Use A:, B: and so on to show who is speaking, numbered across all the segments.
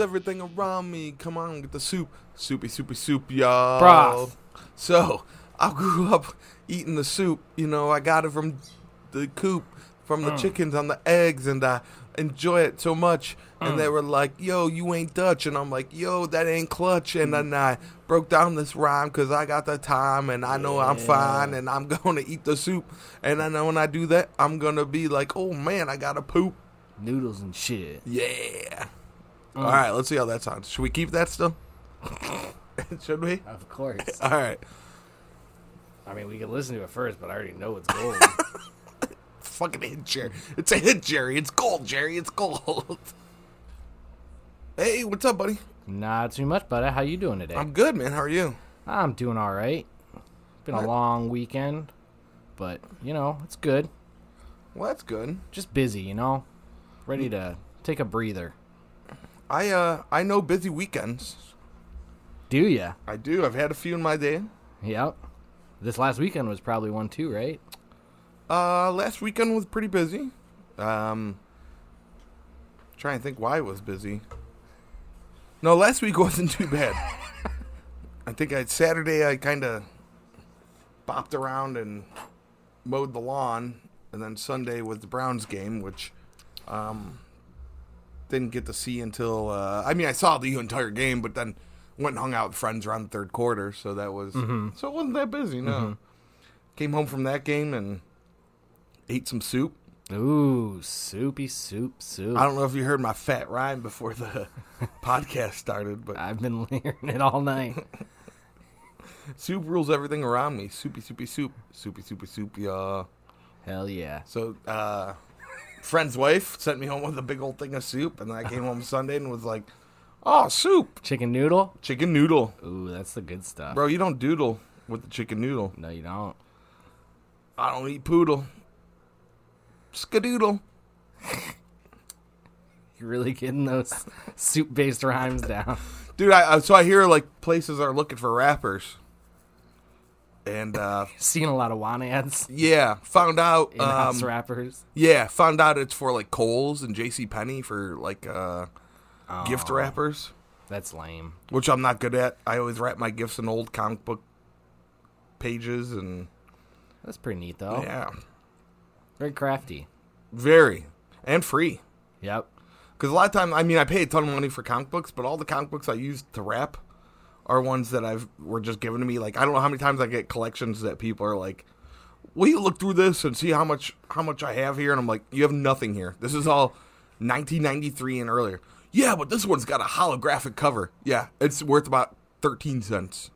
A: everything around me. Come on, get the soup. Soupy, soupy, soup, y'all.
B: Broth.
A: So I grew up eating the soup. You know, I got it from the coop, from the chickens on the eggs, and I enjoy it so much. And they were like, yo, you ain't Dutch. And I'm like, yo, that ain't clutch. And then I broke down this rhyme because I got the time and I know I'm fine and I'm going to eat the soup. And I know when I do that, I'm going to be like, oh man, I got to poop.
B: Noodles and shit.
A: Yeah. All right, let's see how that sounds. Should we keep that still? Should we?
B: Of course.
A: All right.
B: I mean, we could listen to it first, but I already know it's gold.
A: Fucking hit, Jerry. It's a hit, Jerry. It's gold, Jerry. It's gold. hey, what's up, buddy?
B: Not too much, buddy. How you doing today?
A: I'm good, man. How are you?
B: I'm doing all right. Been a long weekend, but you know it's good.
A: Well, that's good.
B: Just busy, you know. Ready to take a breather.
A: I uh, I know busy weekends.
B: Do ya?
A: I do. I've had a few in my day.
B: Yep. This last weekend was probably one too, right?
A: Uh, last weekend was pretty busy. Um, trying to think why it was busy. No, last week wasn't too bad. I think I Saturday I kind of bopped around and mowed the lawn, and then Sunday was the Browns game, which um, didn't get to see until uh, I mean I saw the entire game, but then went and hung out with friends around the third quarter, so that was so it wasn't that busy. No, came home from that game and ate some soup.
B: Ooh, soupy soup soup.
A: I don't know if you heard my fat rhyme before the podcast started, but
B: I've been hearing it all night.
A: soup rules everything around me. Soupy, soupy, soup, soupy, soupy, soup, yeah.
B: Hell yeah.
A: So, uh, friend's wife sent me home with a big old thing of soup, and then I came home Sunday and was like, "Oh, soup,
B: Chicken noodle?
A: chicken noodle,
B: Ooh, that's the good stuff.
A: bro. You don't doodle with the chicken noodle.
B: No, you don't.
A: I don't eat poodle. Skadoodle.
B: You're really getting those soup based rhymes down.
A: dude. I, I so I hear like places are looking for rappers, and uh,
B: Seen a lot of want ads,
A: yeah, found out.
B: in house
A: Um,
B: rappers.
A: yeah, found out it's for like Coles and J.C. Penney for like uh, gift wrappers,
B: That's lame.
A: which I'm not good at. I always wrap my gifts in old comic book pages, and
B: That's pretty neat though.
A: yeah,
B: Very crafty.
A: very and free.
B: Yep.
A: Because a lot of time, I mean, I pay a ton of money for comic books, but all the comic books I use to wrap are ones that I've were just given to me. Like I don't know how many times I get collections that people are like, "Will you look through this and see how much how much I have here?" And I'm like, "You have nothing here. This is all 1993 and earlier." Yeah, but this one's got a holographic cover. Yeah, it's worth about 13 cents.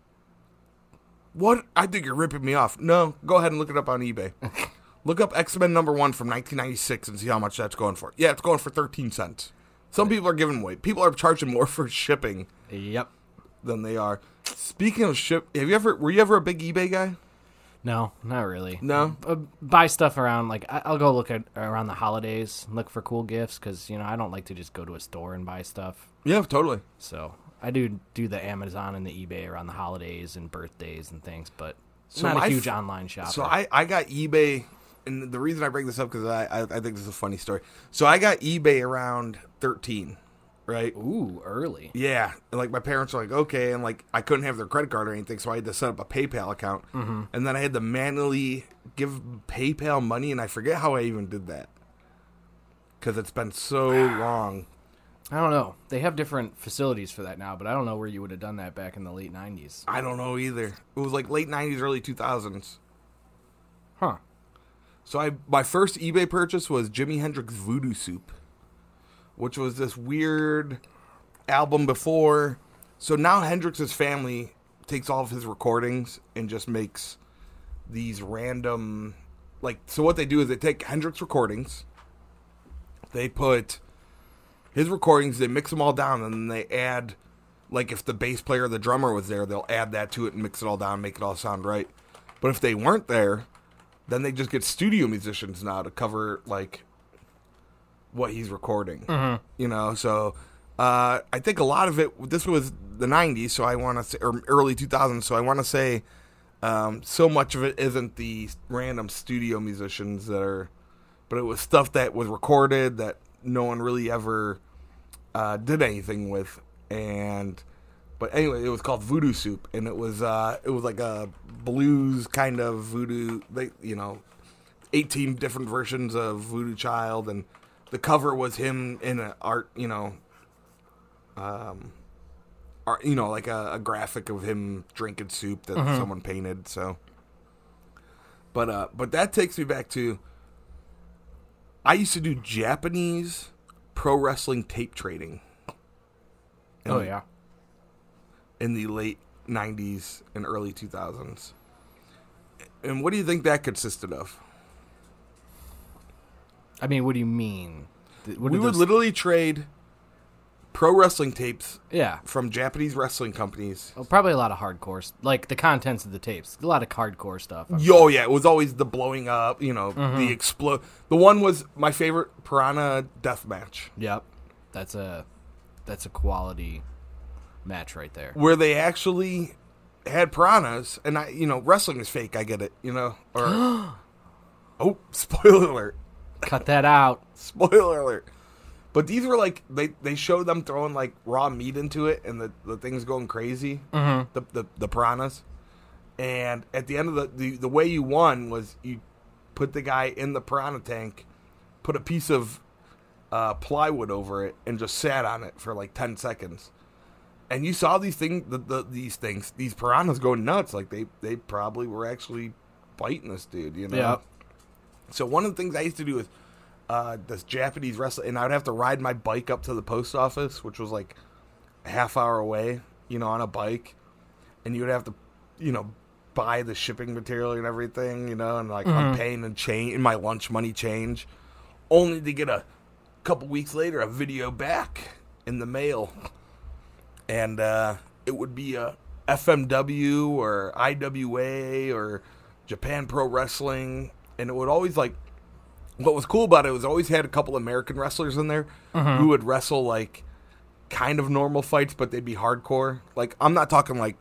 A: What? I think you're ripping me off. No, go ahead and look it up on eBay. Look up X Men number one from 1996 and see how much that's going for. Yeah, it's going for 13 cents. Some people are giving away. People are charging more for shipping
B: Yep.
A: than they are. Speaking of ship, have you ever were you ever a big eBay guy?
B: No, not really.
A: No.
B: Uh, buy stuff around like I- I'll go look at around the holidays, look for cool gifts because you know I don't like to just go to a store and buy stuff.
A: Yeah, totally.
B: So I do do the Amazon and the eBay around the holidays and birthdays and things, but
A: So
B: not
A: my
B: a
A: f-
B: huge online shopper.
A: So I, I got eBay, and the reason I bring this up because I, I I think this is a funny story. So I got eBay around 13, right?
B: Ooh, early.
A: Yeah, and like my parents were like, okay, and like I couldn't have their credit card or anything, so I had to set up a PayPal account, and then I had to manually give PayPal money, and I forget how I even did that because it's been so long.
B: I don't know. They have different facilities for that now, but I don't know where you would have done that back in the late '90s.
A: I don't know either. It was like late '90s, early 2000s.
B: Huh?
A: So I my first eBay purchase was Jimi Hendrix Voodoo Soup, which was this weird album before. So now Hendrix's family takes all of his recordings and just makes these random like so what they do is they take Hendrix recordings, they put his recordings, they mix them all down and then they add like if the bass player or the drummer was there, they'll add that to it and mix it all down, make it all sound right. But if they weren't there, then they just get studio musicians now to cover like what he's recording you know so uh, i think a lot of it this was the 90s so i want to say or early 2000s so i want to say um, so much of it isn't the random studio musicians that are but it was stuff that was recorded that no one really ever uh, did anything with and but anyway, it was called Voodoo Soup, and it was uh, it was like a blues kind of voodoo. They you know, eighteen different versions of Voodoo Child, and the cover was him in an art you know, um, art you know like a, a graphic of him drinking soup that
B: Mm-hmm.
A: someone painted. So, but uh, but that takes me back to I used to do Japanese pro wrestling tape trading.
B: Oh yeah.
A: in the late 90s and early 2000s. And what do you think that consisted of?
B: I mean, what do you mean? Th- What
A: we
B: did
A: would
B: those-
A: literally trade pro wrestling tapes
B: yeah.
A: from Japanese wrestling companies.
B: Well, probably a lot of hardcore, s- like the contents of the tapes. A lot of hardcore stuff. I'm
A: Yo, yeah, it was always the blowing up, you know, the explode. The one was my favorite Piranha death match,
B: Yep. That's a that's a quality match right there.
A: where they actually had piranhas, and I, you know, wrestling is fake. I get it, you know. Or oh, spoiler alert.
B: Cut that out.
A: Spoiler alert. But these were like they they showed them throwing like raw meat into it and the, the thing's going crazy. Mm-hmm. The, the the piranhas. And at the end of the, the the way you won was you put the guy in the piranha tank, put a piece of uh, plywood over it, and just sat on it for like ten seconds. And you saw these things, the, the, these things, these piranhas going nuts. Like they they probably were actually biting this dude, you know.
B: Yeah.
A: So one of the things I used to do is uh, this Japanese wrestling, and I would have to ride my bike up to the post office, which was like a half hour away, you know, on a bike, and you would have to, you know, buy the shipping material and everything, you know, and like I'm paying in change in my lunch money change, only to get a couple weeks later a video back in the mail, and uh, it would be a FMW or IWA or Japan Pro Wrestling, and it would always like what was cool about it was always had a couple American wrestlers in there who would wrestle like kind of normal fights, but they'd be hardcore. Like I'm not talking like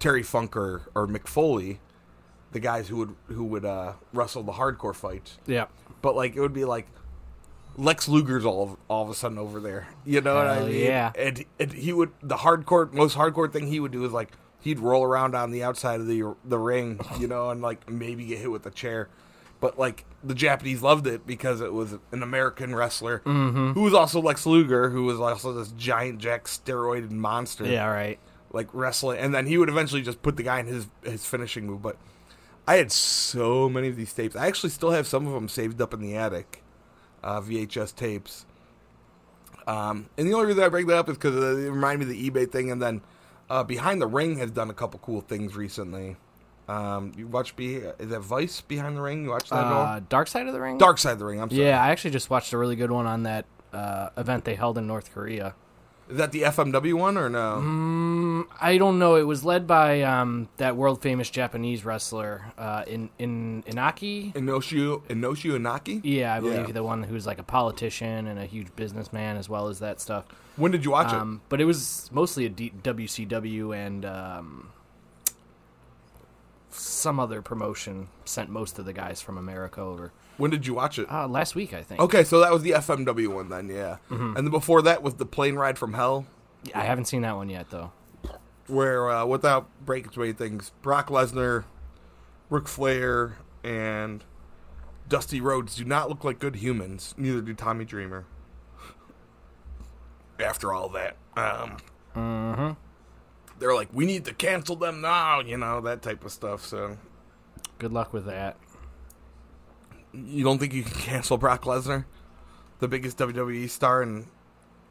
A: Terry Funk or, or McFoley, the guys who would who would uh, wrestle the hardcore fights,
B: Yep.
A: but like it would be like Lex Luger's all of, all of a sudden over there. You know what I
B: Hell
A: mean?
B: yeah.
A: And and he would the hardcore most hardcore thing he would do is like he'd roll around on the outside of the the ring, you know, and like maybe get hit with a chair. But like the Japanese loved it because it was an American wrestler
B: Mm-hmm.
A: who was also Lex Luger, who was also this giant jack steroided monster
B: Yeah, right.
A: like wrestling, and then he would eventually just put the guy in his his finishing move. But I had so many of these tapes. I actually still have some of them saved up in the attic, uh, VHS tapes. Um, and the only reason I bring that up is because it reminded me of the eBay thing, and then uh, Behind the Ring has done a couple cool things recently. Um, you watch be is that Vice Behind the Ring? You watch that at all?
B: Uh, Dark Side of the Ring?
A: Dark Side of the Ring. I'm sorry.
B: Yeah, I actually just watched a really good one on that uh, event they held in North Korea.
A: Is that the FMW one or no?
B: Mm-hmm. I don't know. It was led by um, that world famous Japanese wrestler uh, in in Inaki.
A: Inoshio Inoshio Inaki.
B: Yeah, I believe
A: Yeah.
B: the one who's like a politician and a huge businessman as well as that stuff.
A: When did you watch it?
B: Um, but it was mostly a D- WCW and um, some other promotion sent most of the guys from America over
A: When did you watch it?
B: uh, last week, I think.
A: Okay, so that was the FMW one then, yeah. And then before that was the plane ride from hell,
B: I haven't seen that one yet though.
A: where uh, without breaking too many things, Brock Lesnar, Ric Flair, and Dusty Rhodes do not look like good humans. Neither do Tommy Dreamer. After all that, um, they're like, we need to cancel them now, you know that type of stuff. So
B: Good luck with that.
A: you don't think you can cancel Brock Lesnar, the biggest WWE star in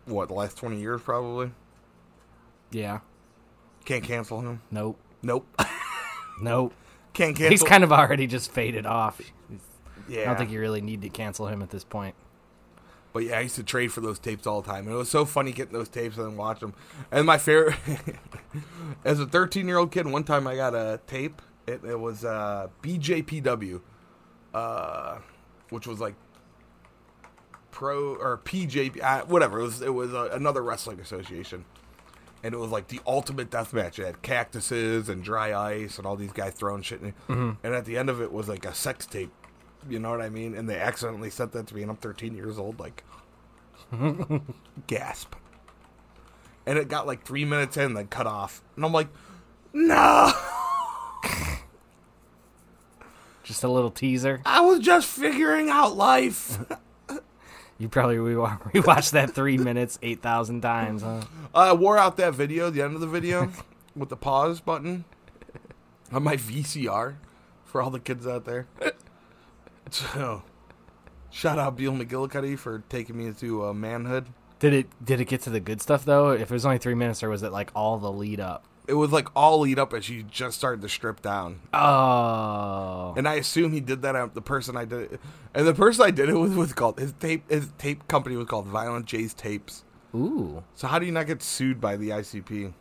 A: what the last twenty years, probably?
B: Yeah.
A: Can't cancel him.
B: Nope.
A: Nope.
B: Nope.
A: Can't cancel.
B: He's kind of already just faded off.
A: yeah.
B: I don't think you really need to cancel him at this point.
A: But yeah, I used to trade for those tapes all the time, and it was so funny getting those tapes and then watch them. And my favorite, as a 13 year old kid, one time I got a tape. It, it was uh, BJPW, uh, which was like pro or PJP, uh, whatever. It was it was uh, another wrestling association, and it was like the ultimate death match. It had cactuses and dry ice and all these guys throwing shit. In it. And at the end of it was like a sex tape. You know what I mean? And they accidentally sent that to me, and I'm 13 years old. Like, gasp. and it got like three minutes in, then cut off, and I'm like, no,
B: Just a little teaser.
A: I was just figuring out life.
B: You probably re- rewatched that three minutes eight thousand times, huh?
A: I wore out that video, the end of the video, with the pause button on my VCR for all the kids out there. So, shout out Beal McGillicuddy for taking me into uh, manhood.
B: Did it did it get to the good stuff though? If it was only three minutes, or was it like all the lead up?
A: It was like all lead up as you just started to strip down.
B: Oh,
A: And I assume he did that. At the person I did it, and the person I did it with was called his tape. His tape company was called Violent J's Tapes.
B: ooh,
A: So how do you not get sued by the ICP?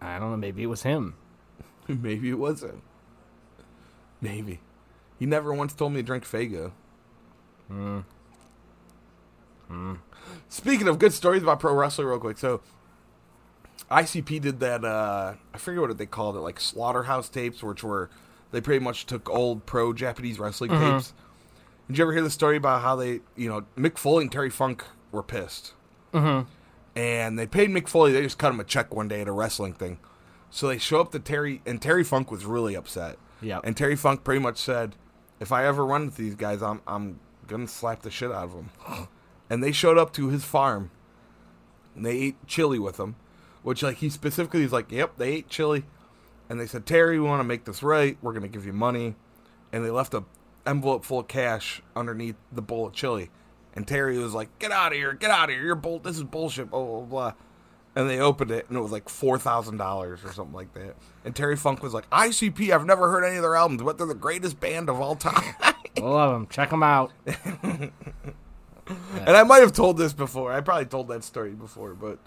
B: I don't know. Maybe it was him.
A: Maybe it wasn't. Maybe he never once told me to drink Fago. Speaking of good stories about pro wrestling, real quick. So ICP did that. Uh, I forget what they called it, like slaughterhouse tapes, which were they pretty much took old pro Japanese wrestling tapes. Did you ever hear the story about how they, you know, Mick Foley and Terry Funk were pissed, mm-hmm. and they paid Mick Foley. They just cut him a check one day at a wrestling thing. So they show up to Terry, and Terry Funk was really upset.
B: Yep.
A: And Terry Funk pretty much said, "If I ever run into these guys, I'm I'm gonna slap the shit out of them." and they showed up to his farm, and they ate chili with him, which like he specifically is like, "Yep, they ate chili," and they said, "Terry, we want to make this right. We're gonna give you money," and they left a envelope full of cash underneath the bowl of chili, and Terry was like, "Get out of here! Get out of here! You're bull. This is bullshit." Blah blah blah. And they opened it, and it was like four thousand dollars or something like that. And Terry Funk was like, "ICP, I've never heard any of their albums, but they're the greatest band of all time."
B: I love him. Check him out.
A: and I might have told this before. I probably told that story before, but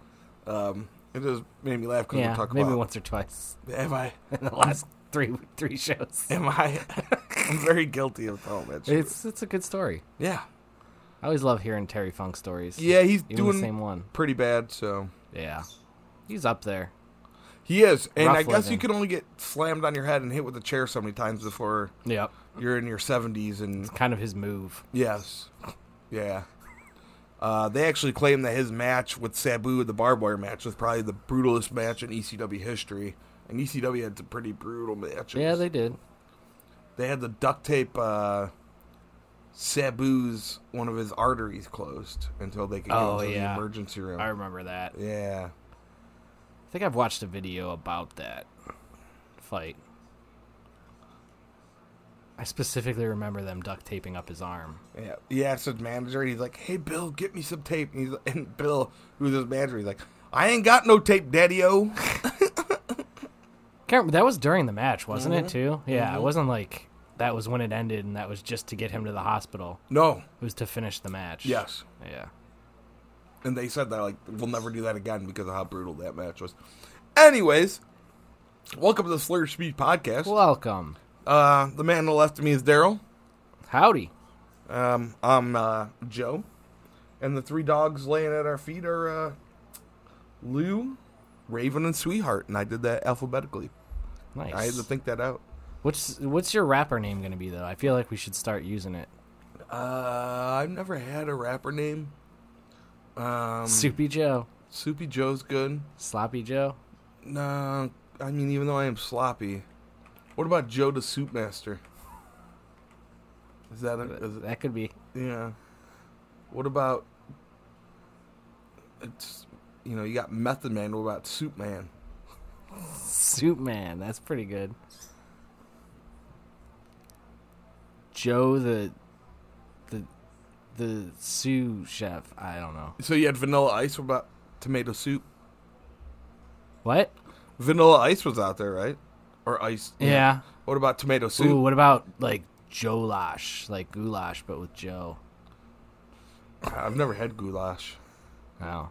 A: um, it just made me laugh because we
B: Yeah,
A: talk
B: maybe
A: about.
B: once or twice
A: Am I?
B: in the last three three shows.
A: Am I? I'm very guilty of all that. Shit.
B: It's it's a good story.
A: yeah,
B: I always love hearing Terry Funk stories.
A: yeah. He's
B: even
A: doing
B: the same one.
A: pretty bad. So
B: Yeah, he's up there.
A: he is, and
B: Rough
A: I guess
B: living.
A: you can only get slammed on your head and hit with a chair so many times before
B: Yep,
A: you're in your 70s and
B: kind of his move.
A: Yes. Yeah. Uh, they actually claim that his match with Sabu, the barbed wire match, was probably the brutalest match in ECW history. And ECW had some pretty brutal matches.
B: Yeah, they did.
A: they had the duct tape uh, Sabu's one of his arteries closed until they could
B: Oh,
A: get into
B: yeah.
A: the emergency room.
B: I remember that.
A: yeah.
B: I think I've watched a video about that fight. I specifically remember them duct taping up his arm.
A: Yeah, he asked his manager. He's like, "Hey, Bill, get me some tape." And, he's, and Bill, who's his manager, he's like, "I ain't got no tape, Daddy-O."
B: Can't remember, that was during the match, wasn't
A: Mm-hmm.
B: it? Too. Yeah, it wasn't like that was when it ended, and that was just to get him to the hospital.
A: no.
B: It was to finish the match.
A: Yes.
B: Yeah.
A: And they said that like we'll never do that again because of how brutal that match was. Anyways, welcome to the Slur Speed Podcast.
B: Welcome.
A: uh, the man on the left of me is Daryl.
B: Howdy.
A: Um, I'm uh, Joe, and the three dogs laying at our feet are uh, Lou, Raven, and Sweetheart. And I did that alphabetically.
B: Nice.
A: I had to think that out.
B: What's what's your rapper name gonna be though? I feel like we should start using it.
A: Uh, I've never had a rapper name. Um,
B: Soupy Joe,
A: Soupy Joe's good.
B: Sloppy Joe.
A: No, I mean, even though I am sloppy, what about Joe the Soup Master? Is that a, is it,
B: That could be.
A: yeah? What about it's you know you got Method Man. What about Soup Man?
B: Soup Man. That's pretty good. Joe the the the sous chef. I don't know
A: So you had Vanilla Ice. What about Tomato Soup?
B: what.
A: Vanilla Ice was out there, right? Or Ice?
B: Yeah.
A: What about Tomato Soup?
B: Ooh. What about like Joe Lash, like goulash, but with Joe?
A: I've never had goulash.
B: Oh.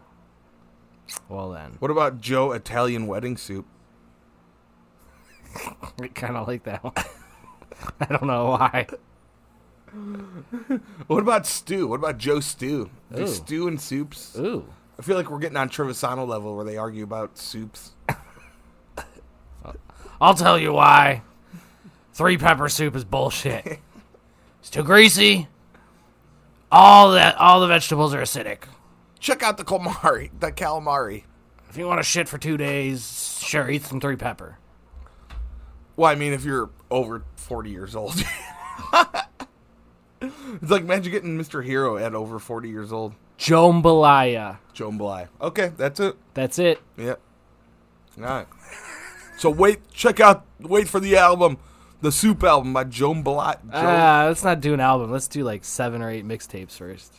B: Well then,
A: What about Joe Italian Wedding Soup?
B: I kind of like that one. I don't know why.
A: What about Stew? What about Joe Stew? Do
B: Ooh.
A: stew and soups.
B: Ooh.
A: I feel like we're getting on Trevisano level where they argue about soups.
B: I'll tell you why. Three pepper soup is bullshit. It's too greasy. All that all the vegetables are acidic.
A: Check out the calamari. The calamari.
B: If you want to shit for two days, sure, eat some three pepper.
A: Well, I mean, if you're over 40 years old. it's like imagine getting Mr. Hero at over 40 years old.
B: Jambalaya.
A: Joan Bly. Okay, that's it.
B: That's it.
A: Yep. All right. So wait, check out, wait for the album, the Soup album by Joan Bly. Joan,
B: Ah, let's not do an album. Let's do like seven or eight mixtapes first.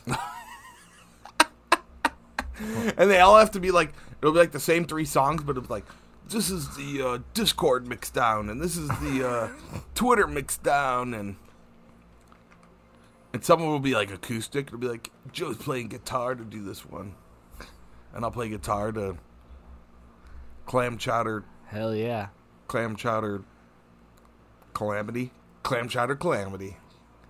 A: and they all have to be like, it'll be like the same three songs, but it'll be like, this is the uh, Discord mixdown, and this is the uh, Twitter mixdown, and and some of it will be like acoustic. It'll be like Joe's playing guitar to do this one, and I'll play guitar to clam chowder
B: Hell yeah.
A: clam chowder calamity. Clam chowder calamity.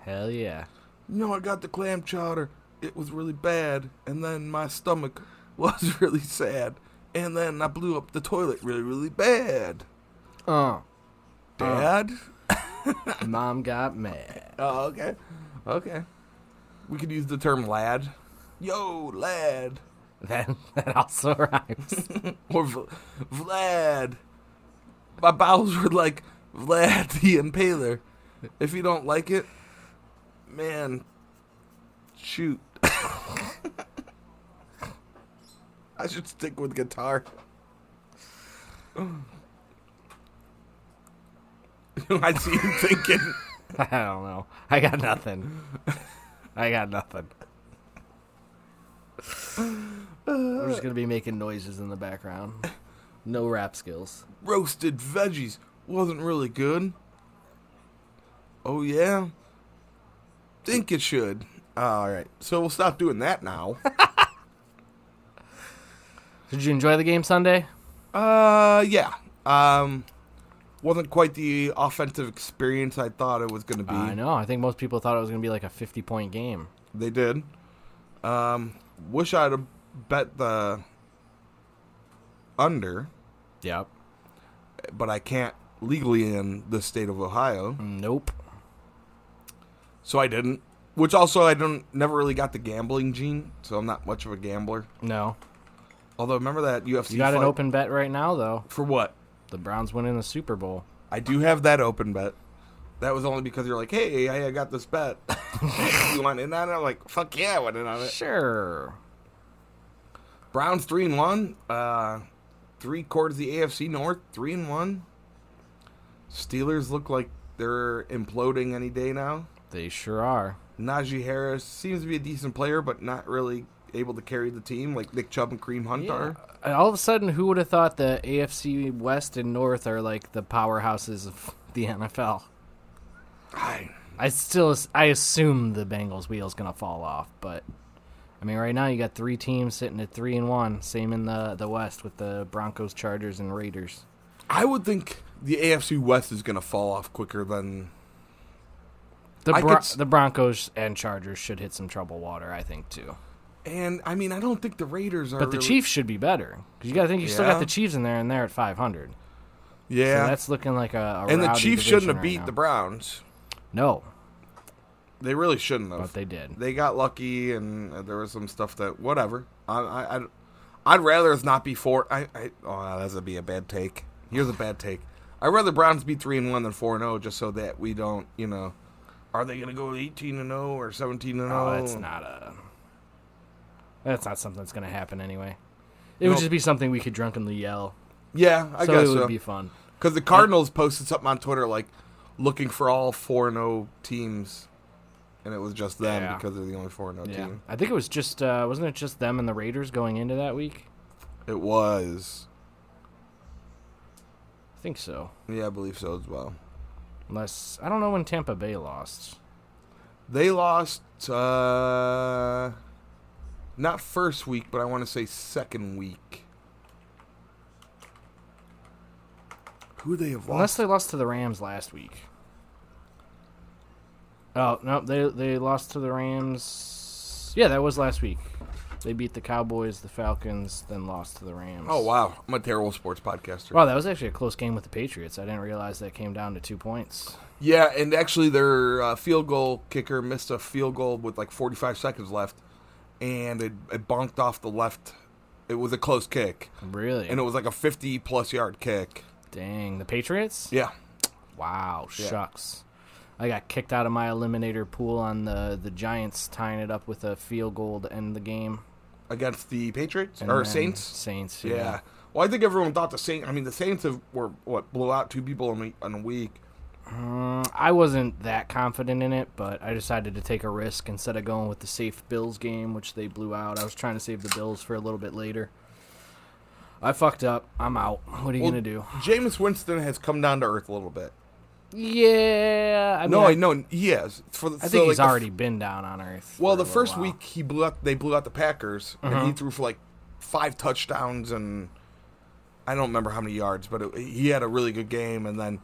B: Hell yeah.
A: You know, I got the clam chowder. It was really bad. And then my stomach was really sad. And then I blew up the toilet really, really bad.
B: Oh,
A: Dad?
B: mom got mad.
A: Oh, okay. Okay. We could use the term lad. Yo, lad.
B: That that also rhymes.
A: Or v- Vlad. My bowels were like Vlad the Impaler. If you don't like it, man, shoot. I should stick with guitar. I see you thinking.
B: I don't know. I got nothing. I got nothing. We're just gonna be making noises in the background. No rap skills.
A: roasted veggies wasn't really good. Oh yeah, think it should. All right, so we'll stop doing that now.
B: Did you enjoy the game Sunday?
A: uh, yeah. Um, wasn't quite the offensive experience I thought it was going to be.
B: I know. I think most people thought it was gonna be like a fifty-point game.
A: They did. Um, wish I'd have bet the under,
B: Yep.
A: but I can't legally in the state of Ohio.
B: Nope.
A: so I didn't. Which also I don't never really got the gambling gene, so I'm not much of a gambler.
B: No.
A: Although remember that UFC
B: You got an
A: fight-
B: open bet right now though.
A: for what?
B: The Browns winning the Super Bowl.
A: I do have that open bet. That was only because you're like, hey, I, I got this bet. you want in on it? I'm like, fuck yeah, I want in on it.
B: Sure.
A: Browns three and one, uh, three quarters of the AFC North three and one. Steelers look like they're imploding any day now.
B: They sure are.
A: Najee Harris seems to be a decent player, but not really able to carry the team like Nick Chubb and Kareem Hunt are.
B: And Uh, all of a sudden, who would have thought the AFC West and North are like the powerhouses of the NFL?
A: I-
B: I still, I assume the Bengals' wheel's gonna fall off, but I mean, right now you got three teams sitting at three and one. Same in the the West with the Broncos, Chargers, and Raiders.
A: I would think the AFC West is going to fall off quicker than
B: The
A: I could
B: Bron-
A: s-
B: the Broncos and Chargers should hit some trouble water, I think too.
A: And I mean, I don't think the Raiders are.
B: But the
A: really-
B: Chiefs should be better because you got to think you still got
A: Yeah.
B: the Chiefs in there, and they're at five hundred.
A: yeah,
B: So that's looking like a, a
A: and the
B: rowdy
A: Chiefs
B: division
A: shouldn't have
B: right
A: beat
B: now.
A: the Browns.
B: no,
A: They really shouldn't have.
B: but they did.
A: They got lucky, and uh, there was some stuff that whatever. I, I, I'd, I'd rather it's not be four. I, I oh, that's gonna be a bad take. Here's a bad take. I'd rather Browns be three and one than four and zero, just so that we don't, you know. Are they gonna go eighteen and zero or seventeen and zero?
B: Oh, that's not a. That's not something that's going to happen anyway. It would
A: Nope.
B: just be something we could drunkenly yell.
A: Yeah, I
B: so
A: guess
B: it would
A: so.
B: be fun.
A: Because the Cardinals posted something on Twitter like looking for all four and zero teams, and it was just them
B: Yeah.
A: because they're the only four and zero
B: Yeah,
A: team.
B: I think it was just uh, wasn't it just them and the Raiders going into that week?
A: It was,
B: I think so.
A: yeah, I believe so as well.
B: Unless I don't know when Tampa Bay lost.
A: They lost uh, not first week, but I want to say second week. Who they have
B: Unless
A: lost?
B: they lost to the Rams last week. Oh no, they they lost to the Rams. Yeah, that was last week. They beat the Cowboys, the Falcons, then lost to the Rams.
A: oh wow, I'm a terrible sports podcaster.
B: Wow, that was actually a close game with the Patriots. I didn't realize that came down to two points.
A: Yeah, and actually, their uh, field goal kicker missed a field goal with like 45 seconds left, and it, it bonked off the left. It was a close kick,
B: Really?
A: and it was like a 50 plus yard kick.
B: Dang. The Patriots?
A: Yeah.
B: Wow, shucks. I got kicked out of my eliminator pool on the the Giants tying it up with a field goal to end the game.
A: Against the Patriots
B: And
A: or
B: then
A: Saints.
B: Saints,
A: Yeah. Well, I think everyone thought the Saints. I mean, the Saints have, were what blew out two people in a, in a week.
B: Mm, I wasn't that confident in it, but I decided to take a risk instead of going with the safe Bills game, which they blew out. I was trying to save the Bills for a little bit later. I fucked up. I'm out. What are you
A: Well,
B: gonna do?
A: Jameis Winston has come down to earth a little bit.
B: Yeah, I mean,
A: No,
B: I,
A: I know he has. For the, so,
B: I think
A: like,
B: he's
A: the f-
B: already been down on Earth.
A: well,
B: for
A: the
B: a little
A: first
B: while. Mm-hmm.
A: week he blew up. They blew out the Packers, and he threw for like five touchdowns and I don't remember how many yards, but it, he had a really good game. And then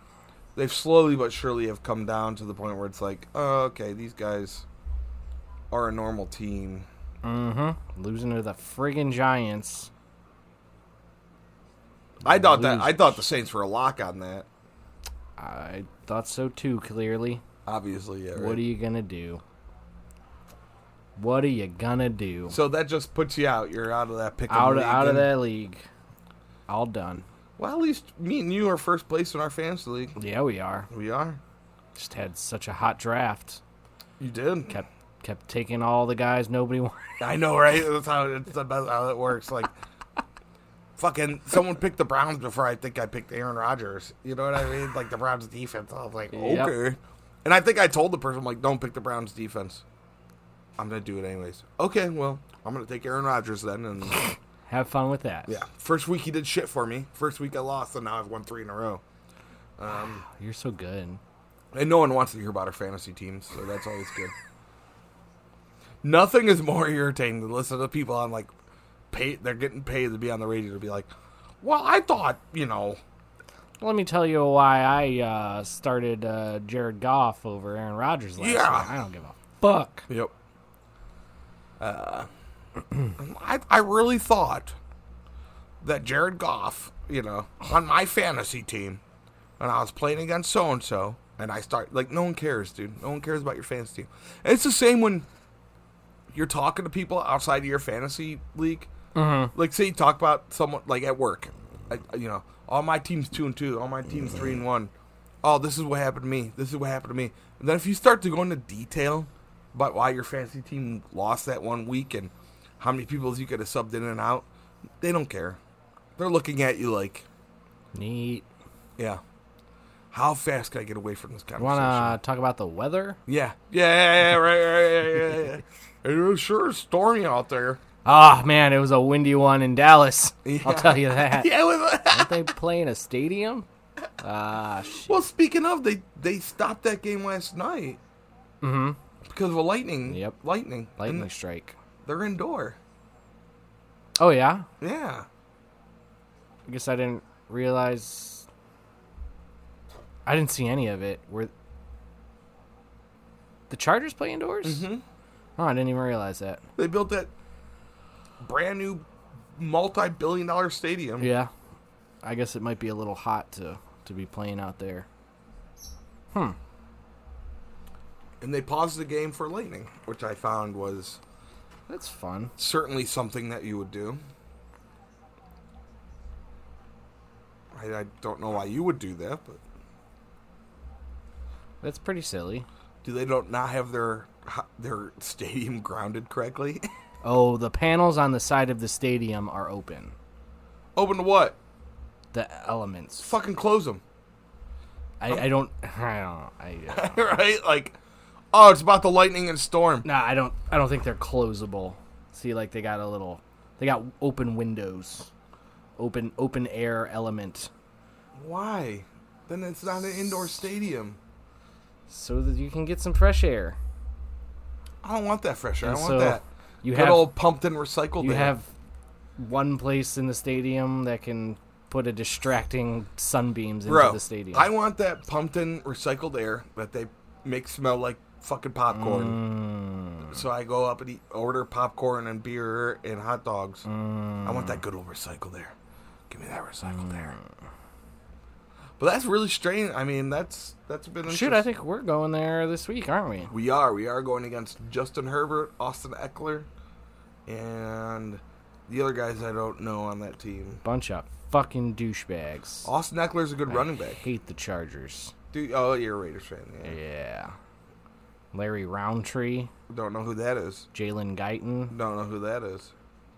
A: they've slowly but surely have come down to the point where it's like, oh, okay, these guys are a normal team.
B: Mm-hmm. Losing to the friggin' Giants.
A: I thought that I thought the Saints were a lock on that.
B: I thought so too, clearly.
A: Obviously, yeah.
B: What
A: right?
B: are you gonna do? What are you gonna do?
A: so that just puts you out. You're out of that pick. 'em
B: out of,
A: league
B: out of
A: and-
B: that league. All done.
A: Well, at least me and you are first place in our fantasy league.
B: Yeah, we are.
A: We are.
B: Just had such a hot draft.
A: You did.
B: Kept kept taking all the guys nobody wanted.
A: I know, right? That's how it's about how it works. Like, fucking, someone picked the Browns before I think I picked Aaron Rodgers. You know what I mean? Like the Browns defense. I was like,
B: Yep.
A: okay. And I think I told the person like, don't pick the Browns defense. I'm gonna do it anyways. Okay, well, I'm gonna take Aaron Rodgers then. And
B: Have fun with that.
A: yeah, first week he did shit for me. First week I lost, and now I've won three in a row.
B: You're so good.
A: And no one wants to hear about our fantasy teams, so that's always good. Nothing is more irritating than listening to people on like pay they're getting paid to be on the radio to be like, Well, I thought, you know
B: Let me tell you why I uh, started uh, Jared Goff over Aaron Rodgers last
A: Yeah.
B: year. I don't give a fuck.
A: Yep. Uh I I really thought that Jared Goff, you know, on my fantasy team and I was playing against so and so and I start like no one cares, dude. No one cares about your fantasy team. And it's the same when you're talking to people outside of your fantasy league. Like, say you talk about someone like at work, I, you know, all my team's two and two, all my team's three and one. Oh, this is what happened to me. This is what happened to me. And then if you start to go into detail about why your fantasy team lost that one week and how many people you could have subbed in and out, they don't care. They're looking at you like,
B: Neat.
A: yeah, how fast can I get away from this conversation?
B: Wanna talk about the weather?
A: Yeah, yeah, yeah, yeah, right, right, right, yeah, yeah, yeah. It was sure is stormy out there.
B: Ah man, it was a windy one in Dallas.
A: Yeah.
B: I'll tell you that.
A: Yeah, it was.
B: Aren't they play in a stadium? Ah, shit.
A: Well, speaking of, they they stopped that game last night because of a lightning.
B: Mm-hmm. Yep.
A: lightning. And
B: Lightning strike.
A: they're indoor.
B: Oh yeah.
A: Yeah,
B: I guess I didn't realize. I didn't see any of it. Were the Chargers play indoors? Mm-hmm. Oh, I didn't even realize that.
A: they built that brand new multi-billion-dollar stadium.
B: Yeah. I guess it might be a little hot to to be playing out there.
A: and they paused the game for lightning, which I found was
B: That's fun.
A: certainly something that you would do. I, I don't know why you would do that, but
B: That's pretty silly.
A: do they don't not have their their stadium grounded correctly?
B: Oh, the panels on the side of the stadium are open.
A: Open to what?
B: The elements.
A: Fucking close them.
B: I, I don't. I don't. know. I. Uh,
A: right? Like, oh, it's about the lightning and storm.
B: No, I don't. I don't think they're closable. See, like they got a little, they got open windows, open open air element,
A: Why? Then it's not an indoor stadium.
B: so that you can get some fresh air.
A: I don't want that fresh air. I
B: And
A: want
B: so
A: that
B: you
A: good
B: have
A: old pumped and recycled.
B: you
A: air.
B: have one place in the stadium that can put a distracting sunbeams into
A: bro.
B: the stadium.
A: I want that pumped and recycled air that they make smell like fucking
B: Mm.
A: popcorn. So I go up and eat, order popcorn and beer and hot dogs. I want
B: Mm.
A: that good old recycled air. Give me that recycled air. But that's really strange. I mean, that's that's been
B: Shoot, I think we're going there this week, aren't we?
A: We are. We are going against Justin Herbert, Austin Eckler, and The other guys I don't know on that team.
B: Bunch of fucking douchebags.
A: Austin Eckler's a good running
B: I
A: back.
B: hate the Chargers.
A: Dude, oh, you're a Raiders fan. Yeah.
B: Yeah. Larry Roundtree,
A: Don't know who that is.
B: Jalen Guyton.
A: Don't know who that is.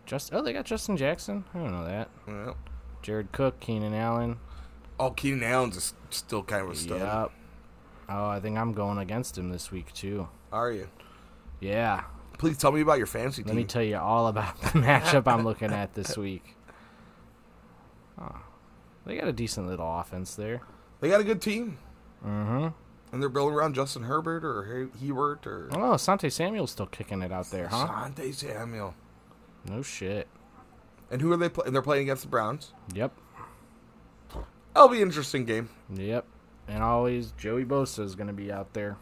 B: Just oh, they got Justin Jackson. I don't know that.
A: Well,
B: Jared Cook, Keenan Allen.
A: oh, Keenan Allen's is still kind of a stud.
B: Yep. Oh, I think I'm going against him this week too.
A: Are you?
B: Yeah.
A: Please tell me about your fantasy
B: Let
A: team.
B: me tell you all about the matchup I'm looking at this week. Oh, they got a decent little offense there.
A: they got a good team,
B: Mm-hmm.
A: and they're building around Justin Herbert or He- Hebert or
B: Oh, Asante Samuel's still kicking it out there, huh?
A: Asante Samuel.
B: No shit.
A: And who are they? Play- and they're playing against the Browns.
B: Yep.
A: That'll be an interesting game.
B: Yep. And always Joey Bosa is going to be out there.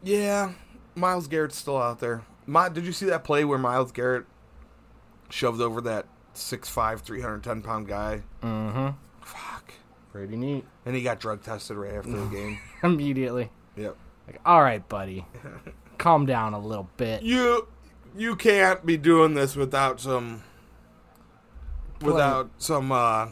A: Yeah, Miles Garrett's still out there. My, did you see that play where Miles Garrett shoved over that 6'5", 310 pound guy?
B: Mm-hmm.
A: Fuck.
B: Pretty neat.
A: And he got drug tested right after the game.
B: Immediately.
A: Yep.
B: Like, all right, buddy. Calm down a little bit.
A: You you can't be doing this without some without some uh,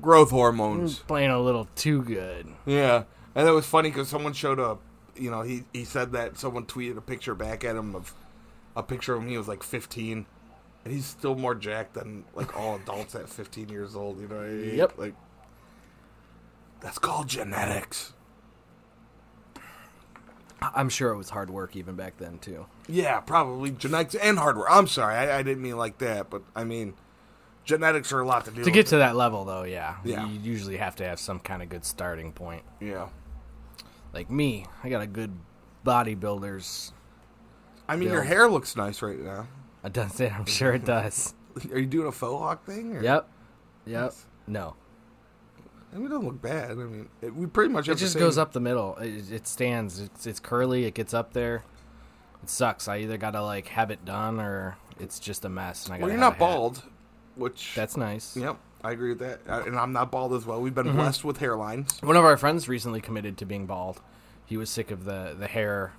A: growth hormones.
B: Playing a little too good.
A: Yeah, and it was funny because someone showed up. You know, he he said that someone tweeted a picture back at him of a picture of him. He was like 15, and he's still more jacked than like all adults at 15 years old. You know, what I mean?
B: Yep.
A: Like that's called genetics.
B: I'm sure it was hard work even back then, too.
A: Yeah, probably genetics and hardware. I'm sorry, I, I didn't mean like that, but I mean genetics are a lot to do.
B: To get to that level, though, yeah.
A: Yeah.
B: You usually have to have some kind of good starting point.
A: yeah.
B: Like me, I got a good bodybuilder's.
A: I mean,
B: Yeah.
A: your hair looks nice right now.
B: I does it. I'm sure it does.
A: Are you doing a faux hawk thing? Or?
B: Yep. Yep. No.
A: I mean, it don't look bad. I mean, it, we pretty much have
B: It just
A: the
B: goes
A: same-
B: up the middle. It, it stands. It's, it's curly. It gets up there. It sucks. I either gotta like have it done or it's just a mess. And I gotta
A: Well, you're
B: have
A: not
B: a hat.
A: bald, which
B: That's nice.
A: yep, I agree with that. I, and I'm not bald as well. We've been
B: Mm-hmm.
A: blessed with hairlines.
B: One of our friends recently committed to being bald. He was sick of the the hair,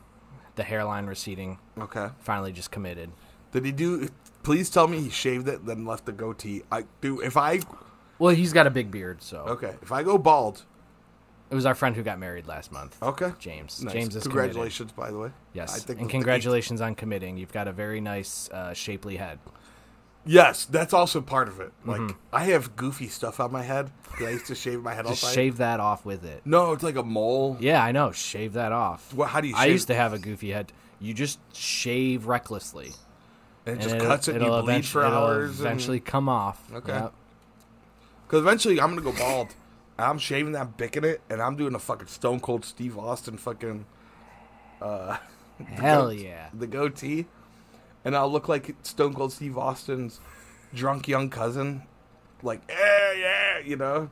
B: the hairline receding.
A: Okay.
B: Finally, just committed.
A: Did he do? Please tell me he shaved it, then left the goatee. I do. If I
B: Well, he's got a big beard, so
A: okay, if I go bald,
B: it was our friend who got married last month.
A: okay.
B: James.
A: Oh. Nice.
B: James is committed.
A: congratulations, by the way.
B: Yes,
A: the-
B: and congratulations on committing. You've got a very nice, uh, shapely head.
A: Yes, that's also part of it. Like
B: Mm-hmm.
A: I have goofy stuff on my head. 'cause I used to shave my head all the
B: Just
A: time.
B: shave that off with it.
A: No, it's like a mole.
B: Yeah, I know. Shave that off.
A: Well, how do you
B: I
A: shave-
B: used to have a goofy head. You just shave recklessly.
A: And it
B: and
A: just cuts it and you
B: it'll
A: bleed
B: eventu-
A: for
B: it'll
A: hours.
B: Eventually, come off.
A: Okay.
B: Yep.
A: Because eventually I'm going to go bald. And I'm shaving that, picking it, and I'm doing a fucking Stone Cold Steve Austin fucking
B: Hell yeah.
A: the goatee. And I'll look like Stone Cold Steve Austin's drunk young cousin. Like, yeah, yeah, you know,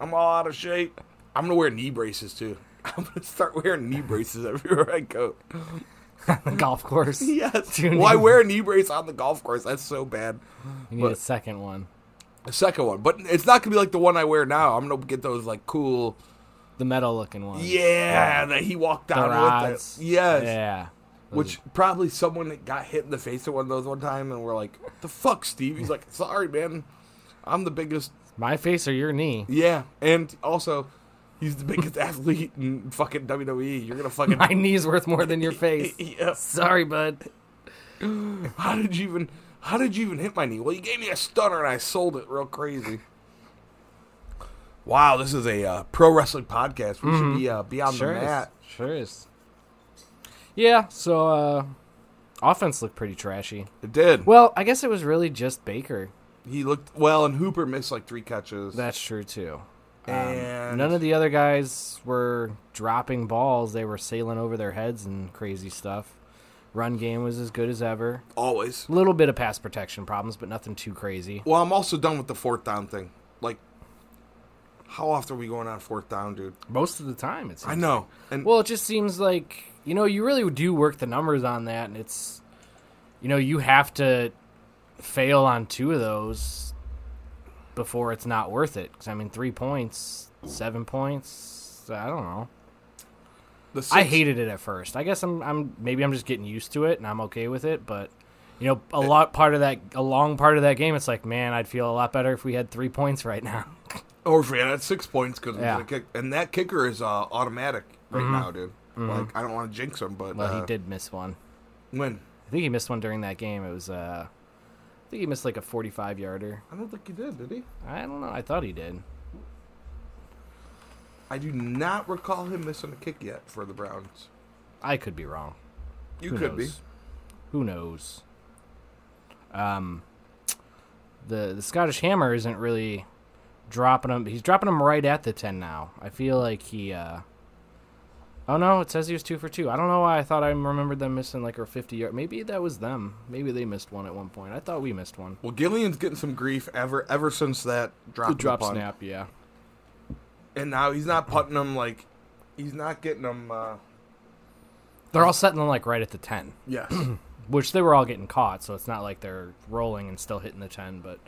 A: I'm all out of shape. I'm going to wear knee braces too. I'm going to start wearing knee braces everywhere I go.
B: Golf course. You
A: Yes.
B: Dude.
A: Why wear a knee brace on the golf course? That's so bad.
B: need a
A: What?
B: second one.
A: The second one, but it's not gonna be like the one I wear now. I'm gonna get those like cool,
B: The metal looking one.
A: yeah, that he walked
B: The
A: down
B: rods.
A: with. It. Yes,
B: Yeah. Those
A: which probably someone that got hit in the face with one of those one time, and we're like, "The fuck, Steve?" He's like, "Sorry, man, I'm the biggest."
B: are- My face or your knee?
A: Yeah, and also, he's the biggest athlete in fucking WWE. You're gonna fucking.
B: My knee's worth more than your face.
A: Yeah.
B: Sorry, bud.
A: How did you even? How did you even hit my knee? Well, you gave me a stunner, and I sold it real crazy. Wow, this is a uh, pro wrestling podcast. We should be uh, be on
B: Mm-hmm. Sure
A: the
B: is.
A: mat.
B: Sure is. Yeah, so uh offense looked pretty trashy.
A: It did.
B: Well, I guess it was really just Baker.
A: He looked well, and Hooper missed like three catches.
B: That's true too. Um,
A: And-
B: none of the other guys were dropping balls. They were sailing over their heads and crazy stuff. Run game was as good as ever.
A: always.
B: A little bit of pass protection problems, but nothing too crazy.
A: Well, I'm also done with the fourth down thing. Like, how often are we going on fourth down, dude?
B: Most of the time, it's
A: I know. And
B: Well, it just seems like you know you really do work the numbers on that, and it's you know you have to fail on two of those before it's not worth it. 'Cause, I mean, three points, seven points. I don't know.
A: the six,
B: I hated it at first. I guess I'm I'm maybe I'm just getting used to it and I'm okay with it, but You know, a lot part of that, a long part of that game, it's like, man, I'd feel a lot better if we had three points right now.
A: Or if we had Oh, six points because
B: Yeah. Mm-hmm.
A: we get a kick, and that kicker is uh, automatic right now, dude. Like I don't want to jinx him, but
B: Well,
A: uh,
B: he did miss one.
A: When
B: I think he missed one during that game. It was, uh, I think he missed like a 45 yarder.
A: I don't think he did, did he?
B: I don't know. I thought he did.
A: I do not recall him missing a kick yet for the Browns.
B: I could be wrong.
A: You
B: Who
A: could
B: knows? Who knows? Um, the the Scottish Hammer isn't really dropping him. He's dropping him right at the ten now. I feel like he. uh Oh no! It says he was two for two. I don't know why I thought I remembered them missing like a fifty yard. Maybe that was them. Maybe they missed one at one point. I thought we missed one.
A: be. Well, Gillian's getting some grief ever ever since that drop,
B: The drop
A: punt.
B: snap, yeah.
A: and now he's not putting them like he's not getting them. Uh,
B: They're all setting them like right at the ten,
A: yes,
B: which they were all getting caught. So it's not like they're rolling and still hitting the ten. But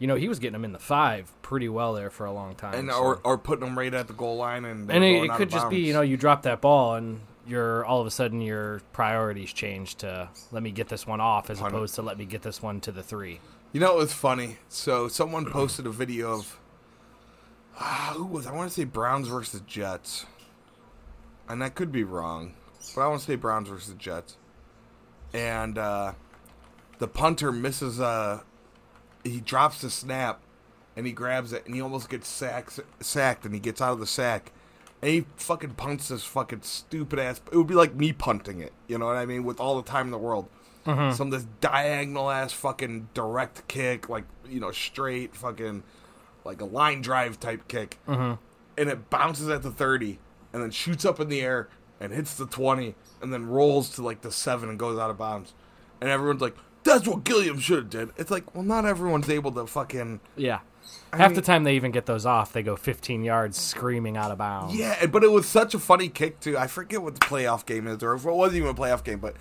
B: you know, he was getting them in the five pretty well there for a long time.
A: and
B: so-
A: or or putting them right at the goal line, and they're
B: and it,
A: going
B: it
A: out
B: could
A: of
B: just be
A: bounds.
B: you know you drop that ball and you're all of a sudden your priorities change to let me get this one off as
A: Punt it.
B: opposed to let me get this one to the three.
A: You know, it was funny. So someone posted a video of ah, who was I want to say Browns versus Jets, and I could be wrong, but I want to say Browns versus Jets, and uh, the punter misses a he drops the snap and he grabs it and he almost gets sacked sacked and he gets out of the sack. And he fucking punts this fucking stupid ass. It would be like me punting it, you know what I mean? With all the time in the world, some of this diagonal ass fucking direct kick, like you know, straight fucking like a line drive type kick, and it bounces at the thirty, and then shoots up in the air and hits the twenty, and then rolls to like the seven and goes out of bounds, and everyone's like, "That's what Gilliam should have did." It's like, well, not everyone's able to fucking
B: Yeah, half
A: mean-
B: the time they even get those off, they go 15 yards screaming out of bounds.
A: Yeah, but it was such a funny kick too. I forget what the playoff game is, or if it wasn't even a playoff game, but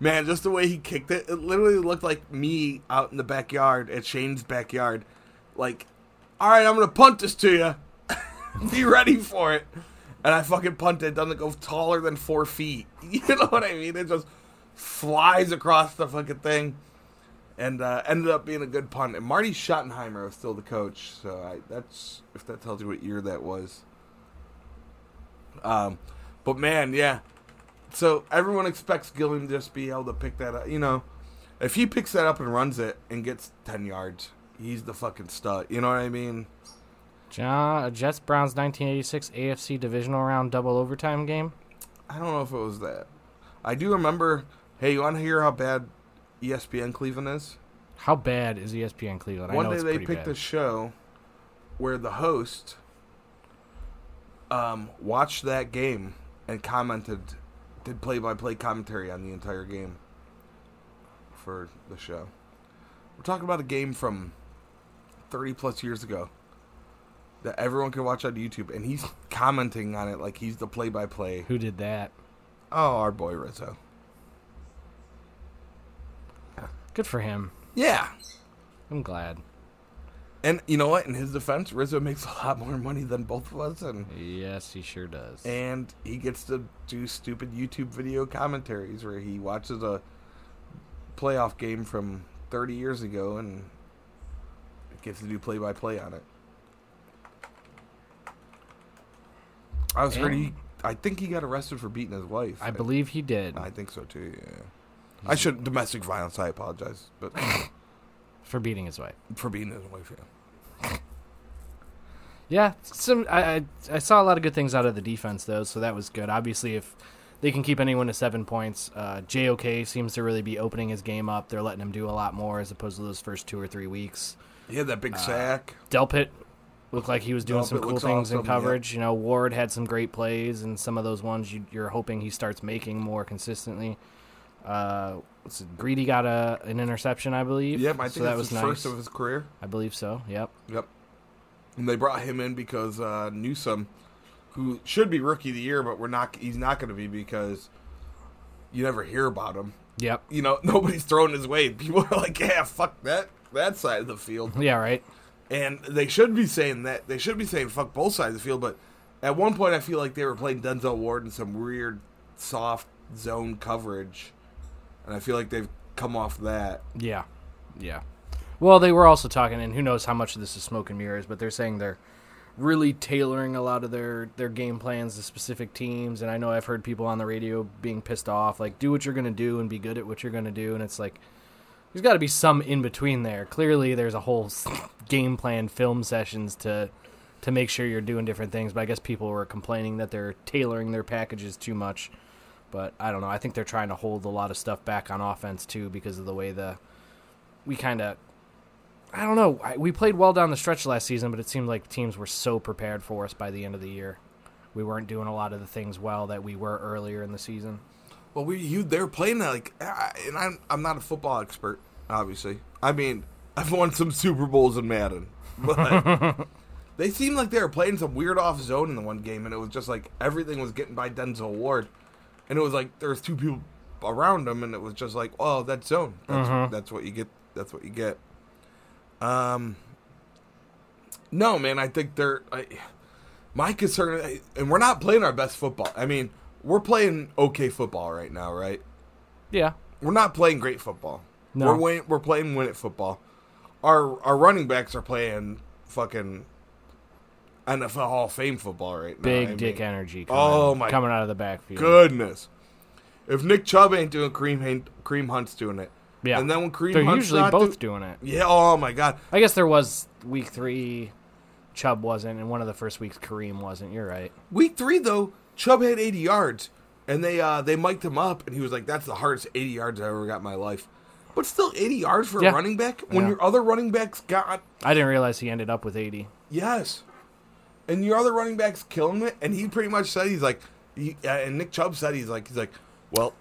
A: man, just the way he kicked it, it literally looked like me out in the backyard at Shane's backyard. Like, all right, I'm gonna punt this to you. Be ready for it. And I fucking punt it. Doesn't go taller than four feet. You know what I mean? It just flies across the fucking thing. And uh, ended up being a good punt. And Marty Schottenheimer was still the coach, so I, that's if that tells you what year that was. Um, but man, yeah. So everyone expects Gilliam to just be able to pick that up. You know, if he picks that up and runs it and gets ten yards, he's the fucking stud. You know what I mean?
B: Ja- Jets Browns 1986 AFC divisional round double overtime game.
A: I don't know if it was that. I do remember. Hey, you want to hear how bad E ESPN Cleveland is?
B: How bad is E ESPN Cleveland? I
A: One
B: know
A: day
B: it's
A: they
B: pretty
A: picked
B: bad.
A: a show where the host um, watched that game and commented, did play by play commentary on the entire game for the show. We're talking about a game from 30 plus years ago that everyone can watch on YouTube, and he's commenting on it like he's the play by play.
B: Who did that?
A: Oh, our boy Rizzo.
B: Good for him.
A: Yeah.
B: I'm glad.
A: And you know what? In his defense, Rizzo makes a lot more money than both of us, and
B: Yes, he sure does.
A: and he gets to do stupid YouTube video commentaries where he watches a playoff game from 30 years ago and gets to do play by play on it. I was heard he,
B: And-
A: I think he got arrested for beating his wife.
B: I believe he did.
A: I think so too. Yeah. I should domestic violence. I apologize, but
B: for beating his wife.
A: for beating his wife. Yeah.
B: Yeah, some I, I I saw a lot of good things out of the defense though, so that was good. Obviously, if they can keep anyone to seven points, uh, JOK seems to really be opening his game up. They're letting him do a lot more as opposed to those first two or three weeks.
A: He had that big
B: Uh,
A: sack.
B: Delpit looked like he was doing some
A: Delpit
B: cool
A: looks
B: things in
A: awesome, yeah.
B: coverage. You know, Ward had some great plays, and some of those ones you, you're hoping he starts making more consistently. Uh, what's it, Greedy got a an interception, I believe.
A: Yep, I think
B: so that
A: that's
B: was
A: the
B: nice.
A: first of his career.
B: I believe so. Yep.
A: Yep. And they brought him in because uh, Newsom, who should be rookie of the year, but we're not. He's not going to be because you never hear about him.
B: Yep.
A: You know, nobody's throwing his way. People are like, "Yeah, fuck that that side of the field."
B: Yeah. Right.
A: And they should be saying that. They should be saying "fuck both sides of the field." But at one point, I feel like they were playing Denzel Ward in some weird soft zone coverage, and I feel like they've come off that.
B: Yeah, yeah. Well, they were also talking, and who knows how much of this is smoke and mirrors, but they're saying they're really tailoring a lot of their their game plans to specific teams. And I know I've heard people on the radio being pissed off, like do what you're gonna do and be good at what you're gonna do. And it's like there's got to be some in between there. Clearly, there's a whole s- game plan, film sessions to to make sure you're doing different things. But I guess people were complaining that they're tailoring their packages too much. But I don't know. I think they're trying to hold a lot of stuff back on offense too because of the way the we kind of I don't know. I, we played well down the stretch last season, but it seemed like teams were so prepared for us by the end of the year. We weren't doing a lot of the things well that we were earlier in the season.
A: Well, we you they're playing that like, I- and I'm I'm not a football expert, obviously. I mean, I've won some Super Bowls in Madden, but they seemed like they were playing some weird off zone in the one game, and it was just like everything was getting by Denzel Ward, and it was like there's two people around him, and it was just like, oh, that zone. That's that's what you get. That's what you get. Um, no, man, I think they're. I, my concern, and we're not playing our best football. I mean, we're playing okay football right now, right?
B: Yeah.
A: We're not playing great football.
B: No.
A: We're win, we're playing win it football. Our our running backs are playing fucking NFL Hall of Fame football right now.
B: Big
A: I
B: dick
A: mean,
B: energy coming,
A: Oh, my
B: coming out of the backfield.
A: goodness. If Nick Chubb ain't doing it, Kareem Hain- Kareem Hunt's doing it.
B: Yeah.
A: And then when Kareem
B: They're
A: Hunt's
B: usually
A: not do-
B: both doing it.
A: yeah. Oh my god.
B: I guess there was week three, Chubb wasn't, and one of the first weeks Kareem wasn't. You're right.
A: Week three though, Chubb had 80 yards, and they uh they mic'd him up, and he was like, "That's the hardest 80 yards I ever got in my life." But still, 80 yards for
B: Yeah.
A: a running back when
B: Yeah.
A: your other running backs got
B: I didn't realize he ended up with 80.
A: yes, and your other running backs killing it, and he pretty much said he's like, he, uh, and Nick Chubb said he's like he's like, well,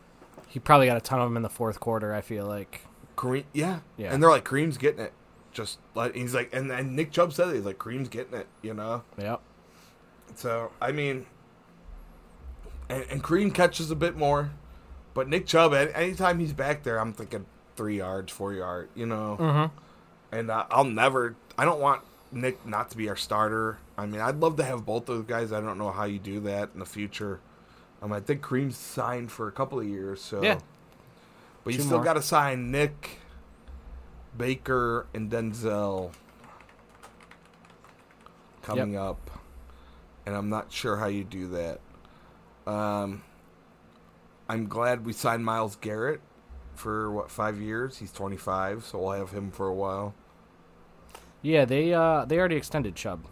B: He probably got a ton of them in the fourth quarter. I feel like.
A: Kareem, yeah,
B: Yeah.
A: and they're like, Kareem's getting it. Just like he's like, and, and Nick Chubb said it. He's like, Kareem's getting it, you know.
B: Yep.
A: So I mean, and, and Kareem catches a bit more, but Nick Chubb, any, anytime he's back there, I'm thinking three yards, four yard, you know. And uh, I'll never. I don't want Nick not to be our starter. I mean, I'd love to have both those guys. I don't know how you do that in the future. Um, I think Kareem's signed for a couple of years, so
B: Yeah.
A: But you
B: Two
A: still
B: more.
A: got to sign Nick, Baker, and Denzel coming up, and I'm not sure how you do that. Um, I'm glad we signed Miles Garrett for what five years. He's 25, so we'll have him for a while.
B: Yeah, they uh, they already extended Chubb.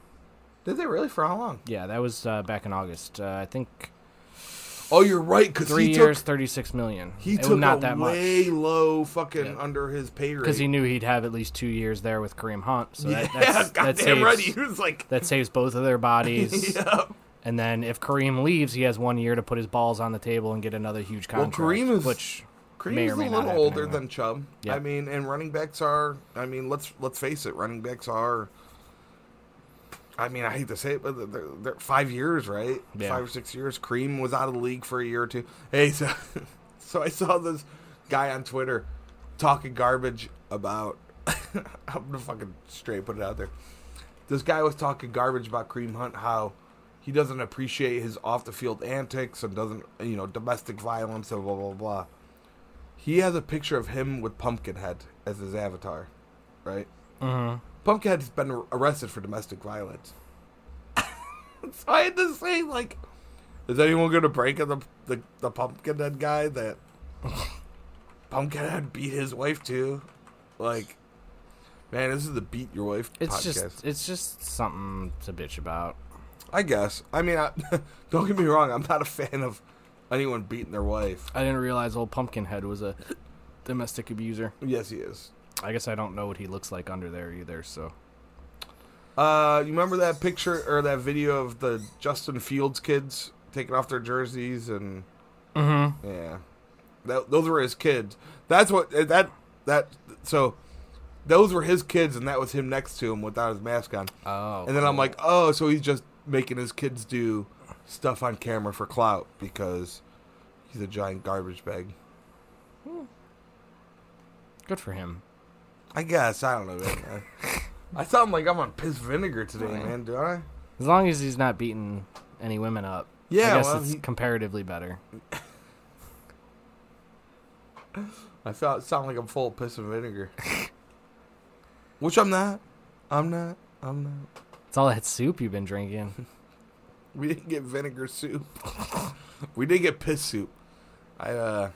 A: Did they really for how long?
B: Yeah, that was uh, back in August. Uh, I think
A: Oh, you're right. Because
B: three
A: he
B: years,
A: took
B: thirty-six million.
A: he
B: It was
A: took
B: not
A: a
B: that much
A: way low fucking
B: Yeah.
A: under his pay rate.
B: because he knew he'd have at least two years there with Kareem Hunt. So
A: yeah,
B: that, that's, that
A: goddamn
B: saves
A: right. He was like,
B: that saves both of their bodies.
A: yeah.
B: And then if Kareem leaves, he has one year to put his balls on the table and get another huge
A: Well,
B: contract.
A: Kareem is-
B: which
A: Kareem's
B: may or
A: a
B: may not
A: little
B: happen
A: older
B: anyway.
A: than Chubb.
B: Yeah.
A: I mean, and running backs are. I mean, let's let's face it, running backs are. I mean, I hate to say it, but they're, they're five years, right?
B: Yeah.
A: Five or six years. Kareem was out of the league for a year or two. Hey, so so I saw this guy on Twitter talking garbage about. I'm gonna fucking straight put it out there. This guy was talking garbage about Kareem Hunt, how he doesn't appreciate his off the field antics and doesn't, you know, domestic violence and blah blah blah. He has a picture of him with Pumpkinhead as his avatar, right?
B: Mhm.
A: Pumpkinhead's been ar- arrested for domestic violence. so I had to say, like, is anyone going to break in the, the the Pumpkinhead guy that Pumpkinhead beat his wife too? Like, man, this is the beat your wife
B: It's
A: podcast.
B: just it's just something to bitch about.
A: I guess. I mean, I, don't get me wrong. I'm not a fan of anyone beating their wife.
B: I didn't realize old Pumpkinhead was a domestic abuser.
A: Yes, he is.
B: I guess I don't know what he looks like under there either. So
A: Uh, you remember that picture or that video of the Justin Fields kids taking off their jerseys and
B: Mhm.
A: yeah, that, those were his kids. That's what eh, that that so those were his kids and that was him next to him without his mask on.
B: oh,
A: And then I'm like, oh, so he's just making his kids do stuff on camera for clout because he's a giant garbage bag.
B: good for him.
A: I guess I don't know. Man. I sound like I'm on piss vinegar today,
B: Right.
A: man. Do I?
B: As long as he's not beating any women up.
A: Yeah,
B: I guess
A: well,
B: it's
A: he-
B: comparatively better.
A: I felt sound like I'm full of piss and vinegar, which I'm not. I'm not. I'm not.
B: It's all that soup you've been drinking.
A: We didn't get vinegar soup. we did get piss soup. I uh,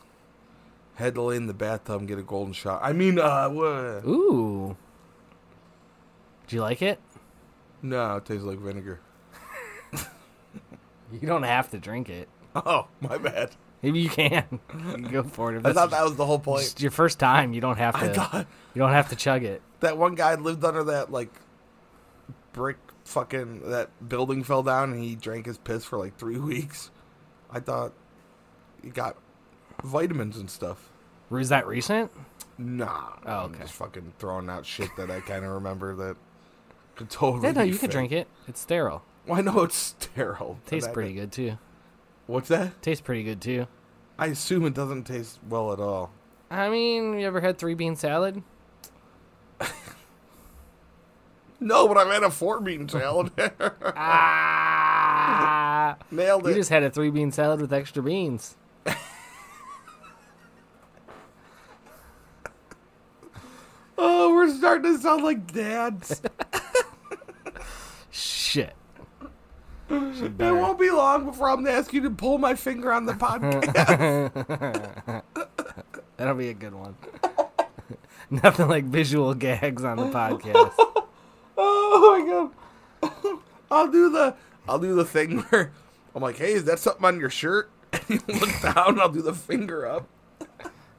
A: had to lay in the bathtub and get a golden shot. I mean, uh, what?
B: Ooh. Do you like it?
A: no, it tastes like vinegar.
B: You don't have to drink it.
A: Oh, my bad.
B: Maybe you can. You can go for it. If
A: I thought
B: that's
A: that was the whole point.
B: just your first time. You don't have
A: I
B: to.
A: thought
B: You don't have to chug it.
A: that one guy lived under that like brick fucking that building fell down and he drank his piss for like three weeks. I thought he got vitamins and stuff.
B: Is that recent?
A: Nah,
B: Oh,
A: I'm
B: okay.
A: just fucking throwing out shit that I kind of remember that could totally.
B: Yeah, no, you
A: could
B: could drink it. It's sterile.
A: Well, I know it's sterile. but
B: Tastes
A: I-
B: pretty good too.
A: What's that?
B: Tastes pretty good too.
A: I assume it doesn't taste well at all.
B: I mean, you ever had three bean salad?
A: No, but I've had a four bean salad.
B: Ah!
A: Nailed it.
B: you just had a three bean salad with extra beans.
A: Oh, we're starting to sound like dads.
B: Shit. Should
A: It
B: better-
A: won't be long before I'm gonna ask you to pull my finger on the podcast.
B: That'll be a good one. Nothing like visual gags on the podcast.
A: oh my god! I'll do the I'll do the thing where I'm like, "Hey, is that something on your shirt?" And you look down. and I'll do the finger up.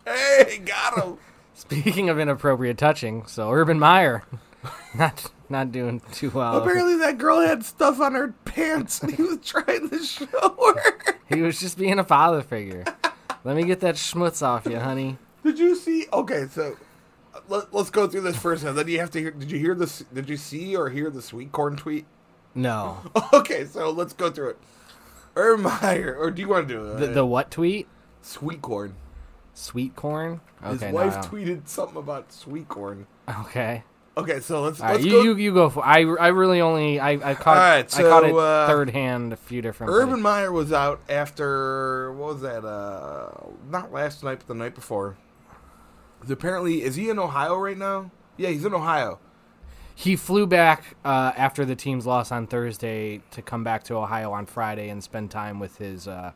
A: Hey, got him.
B: Speaking of inappropriate touching, so Urban Meyer, not not doing too well.
A: Apparently, that girl had stuff on her pants, and he was trying to show her.
B: He was just being a father figure. Let me get that schmutz off you, honey.
A: Did you see? Okay, so uh, let, let's go through this first, and then you have to hear. Did you hear this? Did you see or hear the sweet corn tweet?
B: No,
A: Okay, so let's go through it. Ermeyer, or do you want to do it?
B: the, the what tweet?
A: sweet corn.
B: Sweet corn.
A: His
B: Okay, no,
A: wife
B: I don't-
A: tweeted something about sweet corn.
B: Okay,
A: Okay, so let's
B: All
A: let's
B: right, you,
A: go.
B: you you go for. I I really only I I caught
A: All right,
B: I caught
A: so,
B: it
A: uh,
B: third hand a few different.
A: Urban Meyer was out after what was that? Uh, not last night, but the night before. 'Cause Apparently, is he in Ohio right now? Yeah, he's in Ohio.
B: He flew back uh, after the team's loss on Thursday to come back to Ohio on Friday and spend time with his uh,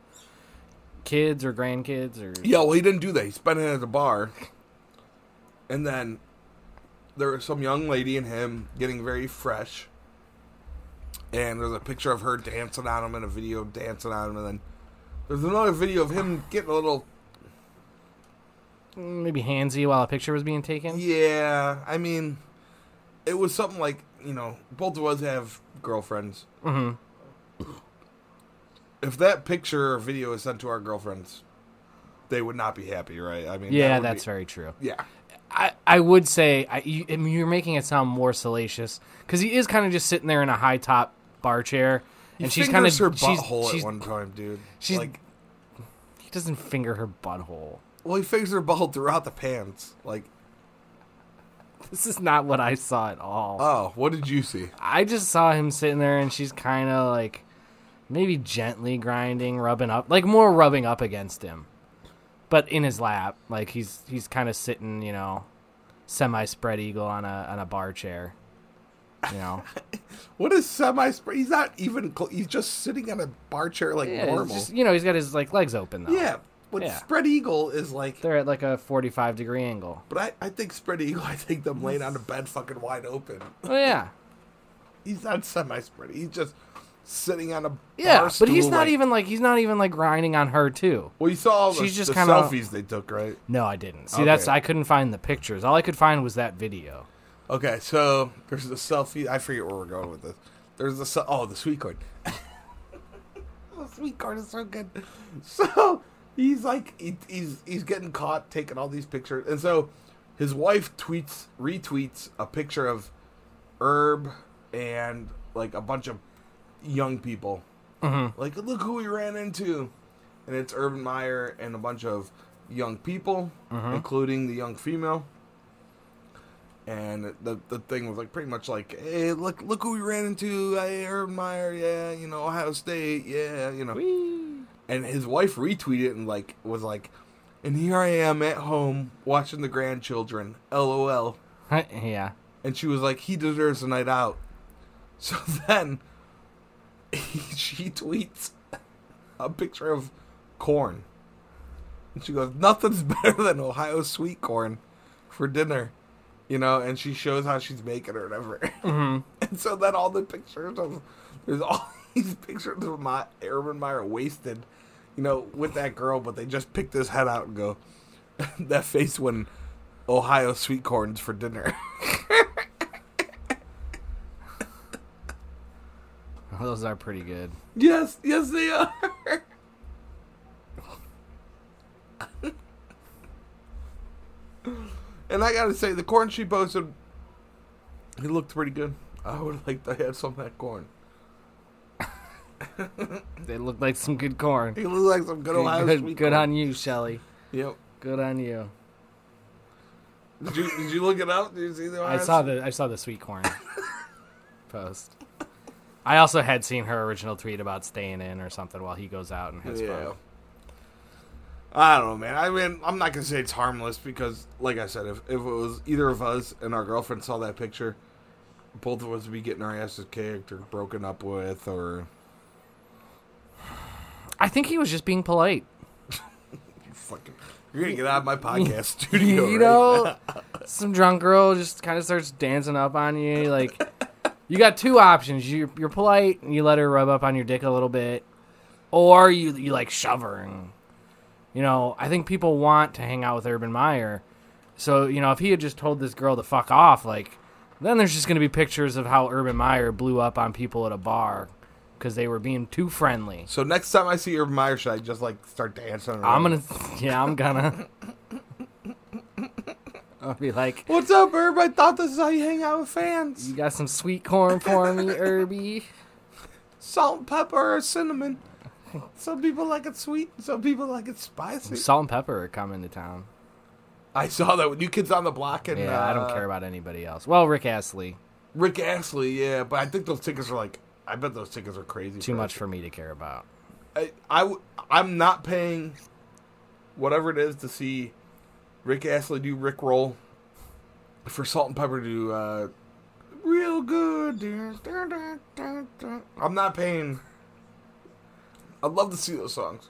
B: kids or grandkids or
A: Yeah, well, he didn't do that. He spent it at the bar, and then there was some young lady and him getting very fresh. And there's a picture of her dancing on him and a video of dancing on him, and then there's another video of him getting a little.
B: maybe handsy while a picture was being taken.
A: Yeah, I mean, it was something like you know, both of us have girlfriends.
B: hmm
A: If that picture or video is sent to our girlfriends, they would not be happy, right? I mean,
B: Yeah,
A: that would
B: that's
A: be,
B: very true.
A: Yeah,
B: I, I would say I, you, I mean, you're making it sound more salacious because he is kind of just sitting there in a high top bar chair, and she's kind of
A: Fingers her
B: she's,
A: butthole at
B: she's-
A: one time, dude.
B: she's-
A: like,
B: he doesn't finger her butthole.
A: Well, he fingers her ball throughout the pants. Like,
B: This is not what I saw at all.
A: oh, what did you see?
B: I just saw him sitting there, and she's kind of like maybe gently grinding, rubbing up, like more rubbing up against him, but in his lap. Like he's he's kind of sitting, you know, semi spread eagle on a on a bar chair. You know,
A: What is semi spray? He's not even. Cl- he's just sitting on a bar chair like
B: yeah, it's
A: normal.
B: just, you know, he's got his like legs open though.
A: yeah, but
B: Yeah.
A: spread eagle is like.
B: They're at like a 45 degree angle.
A: But I, I think spread eagle. I think them laying on the bed, fucking wide open.
B: Oh yeah.
A: He's not semi spread. He's just sitting on a
B: Yeah,
A: bar
B: but he's
A: stool,
B: not
A: like-
B: even like he's not even like grinding on her too.
A: Well, you saw all the,
B: She's just
A: the
B: kinda-
A: selfies they took, right?
B: No, I didn't. See,
A: Okay.
B: that's I couldn't find the pictures. All I could find was that video.
A: Okay, so there's the selfie. I forget where we're going with this. There's the se- oh the sweet card. the sweet card is so good. So he's like he, he's he's getting caught taking all these pictures, and so his wife tweets retweets a picture of Herb and like a bunch of young people. Like look who we ran into, and it's Urban Meyer and a bunch of young people, including the young female and the the thing was like pretty much like, hey, look look who we ran into, hey, Urban Meyer, yeah, you know, Ohio State, yeah, you know. And his wife retweeted it and like was like, And here I am at home watching the grandchildren. LOL.
B: yeah.
A: And she was like, he deserves a night out. So then she tweets a picture of corn. And she goes, nothing's better than Ohio sweet corn for dinner. You know, and she shows how she's making or whatever. And so then all the pictures of, there's all these pictures of my Urban Meyer wasted, you know, with that girl, but they just pick this head out and go, that face when Ohio sweet corn's for dinner.
B: Oh, Those are pretty good.
A: Yes, yes, they are. and I gotta say, the corn she posted, it looked pretty good. I would have liked to have some of that corn.
B: They look like some good corn.
A: It looked like some good Ohio
B: good,
A: sweet
B: good
A: corn.
B: on you, Shelly.
A: Yep.
B: Good on you.
A: Did you, did you look it up? Did you see the
B: I
A: Ohio
B: saw the I saw the sweet corn post. I also had seen her original tweet about staying in or something while he goes out and has
A: Yeah.
B: fun.
A: I don't know, man. I mean, I'm not gonna say it's harmless because, like I said, if, if it was either of us and our girlfriend saw that picture, both of us would be getting our asses kicked or broken up with, or
B: I think he was just being polite.
A: fucking. You're gonna get out of my podcast studio, right?
B: You know, some drunk girl just kind of starts dancing up on you. Like, you got two options: you you're polite and you let her rub up on your dick a little bit, or you you like shove her. And, you know, I think people want to hang out with Urban Meyer. So you know, if he had just told this girl to fuck off, like, then there's just gonna be pictures of how Urban Meyer blew up on people at a bar because they were being too friendly.
A: So next time I see your Meyer, should I just like start dancing? Around?
B: I'm gonna, yeah, I'm gonna. I'll be like,
A: What's up, Herb? I thought this is how you hang out with fans.
B: You got some sweet corn for me, Irby.
A: Salt and pepper or cinnamon. Some people like it sweet. Some people like it spicy.
B: Salt and pepper are coming to town.
A: I saw that with New Kids on the Block and
B: Yeah, I don't
A: uh,
B: care about anybody else. Well, Rick Astley,
A: Rick Astley, yeah, but I think those tickets are like, I bet those tickets are crazy.
B: too much
A: price.
B: for me to care about.
A: I, I, w- I'm not paying whatever it is to see Rick Astley do Rick Roll for Salt and Pepper to do uh, real good. Dun, dun, dun, dun, dun. I'm not paying. I'd love to see those songs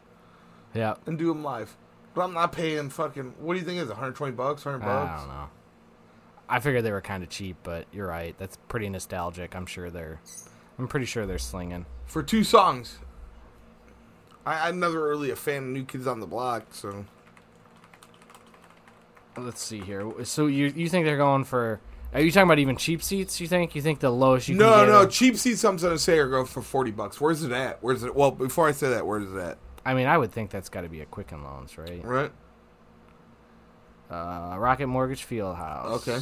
B: Yeah,
A: and do them live, but I'm not paying fucking. What do you think it is 120 bucks, 100
B: I
A: bucks?
B: don't know. I figured they were kind of cheap, but you're right. That's pretty nostalgic. I'm sure they're. I'm pretty sure they're slinging.
A: for two songs. I, I'm never really a fan of New Kids on the Block, so
B: Let's see here. So you you think they're going for? Are you talking about even cheap seats? You think you think the lowest you
A: no,
B: can get?
A: no.
B: are-
A: Cheap seats. I'm gonna say are going for forty bucks. Where's it at? Where's it? Well, before I say that, where's it at?
B: I mean, I would think that's got to be a Quicken Loans, right?
A: Right?
B: Uh, Rocket Mortgage Fieldhouse.
A: Okay.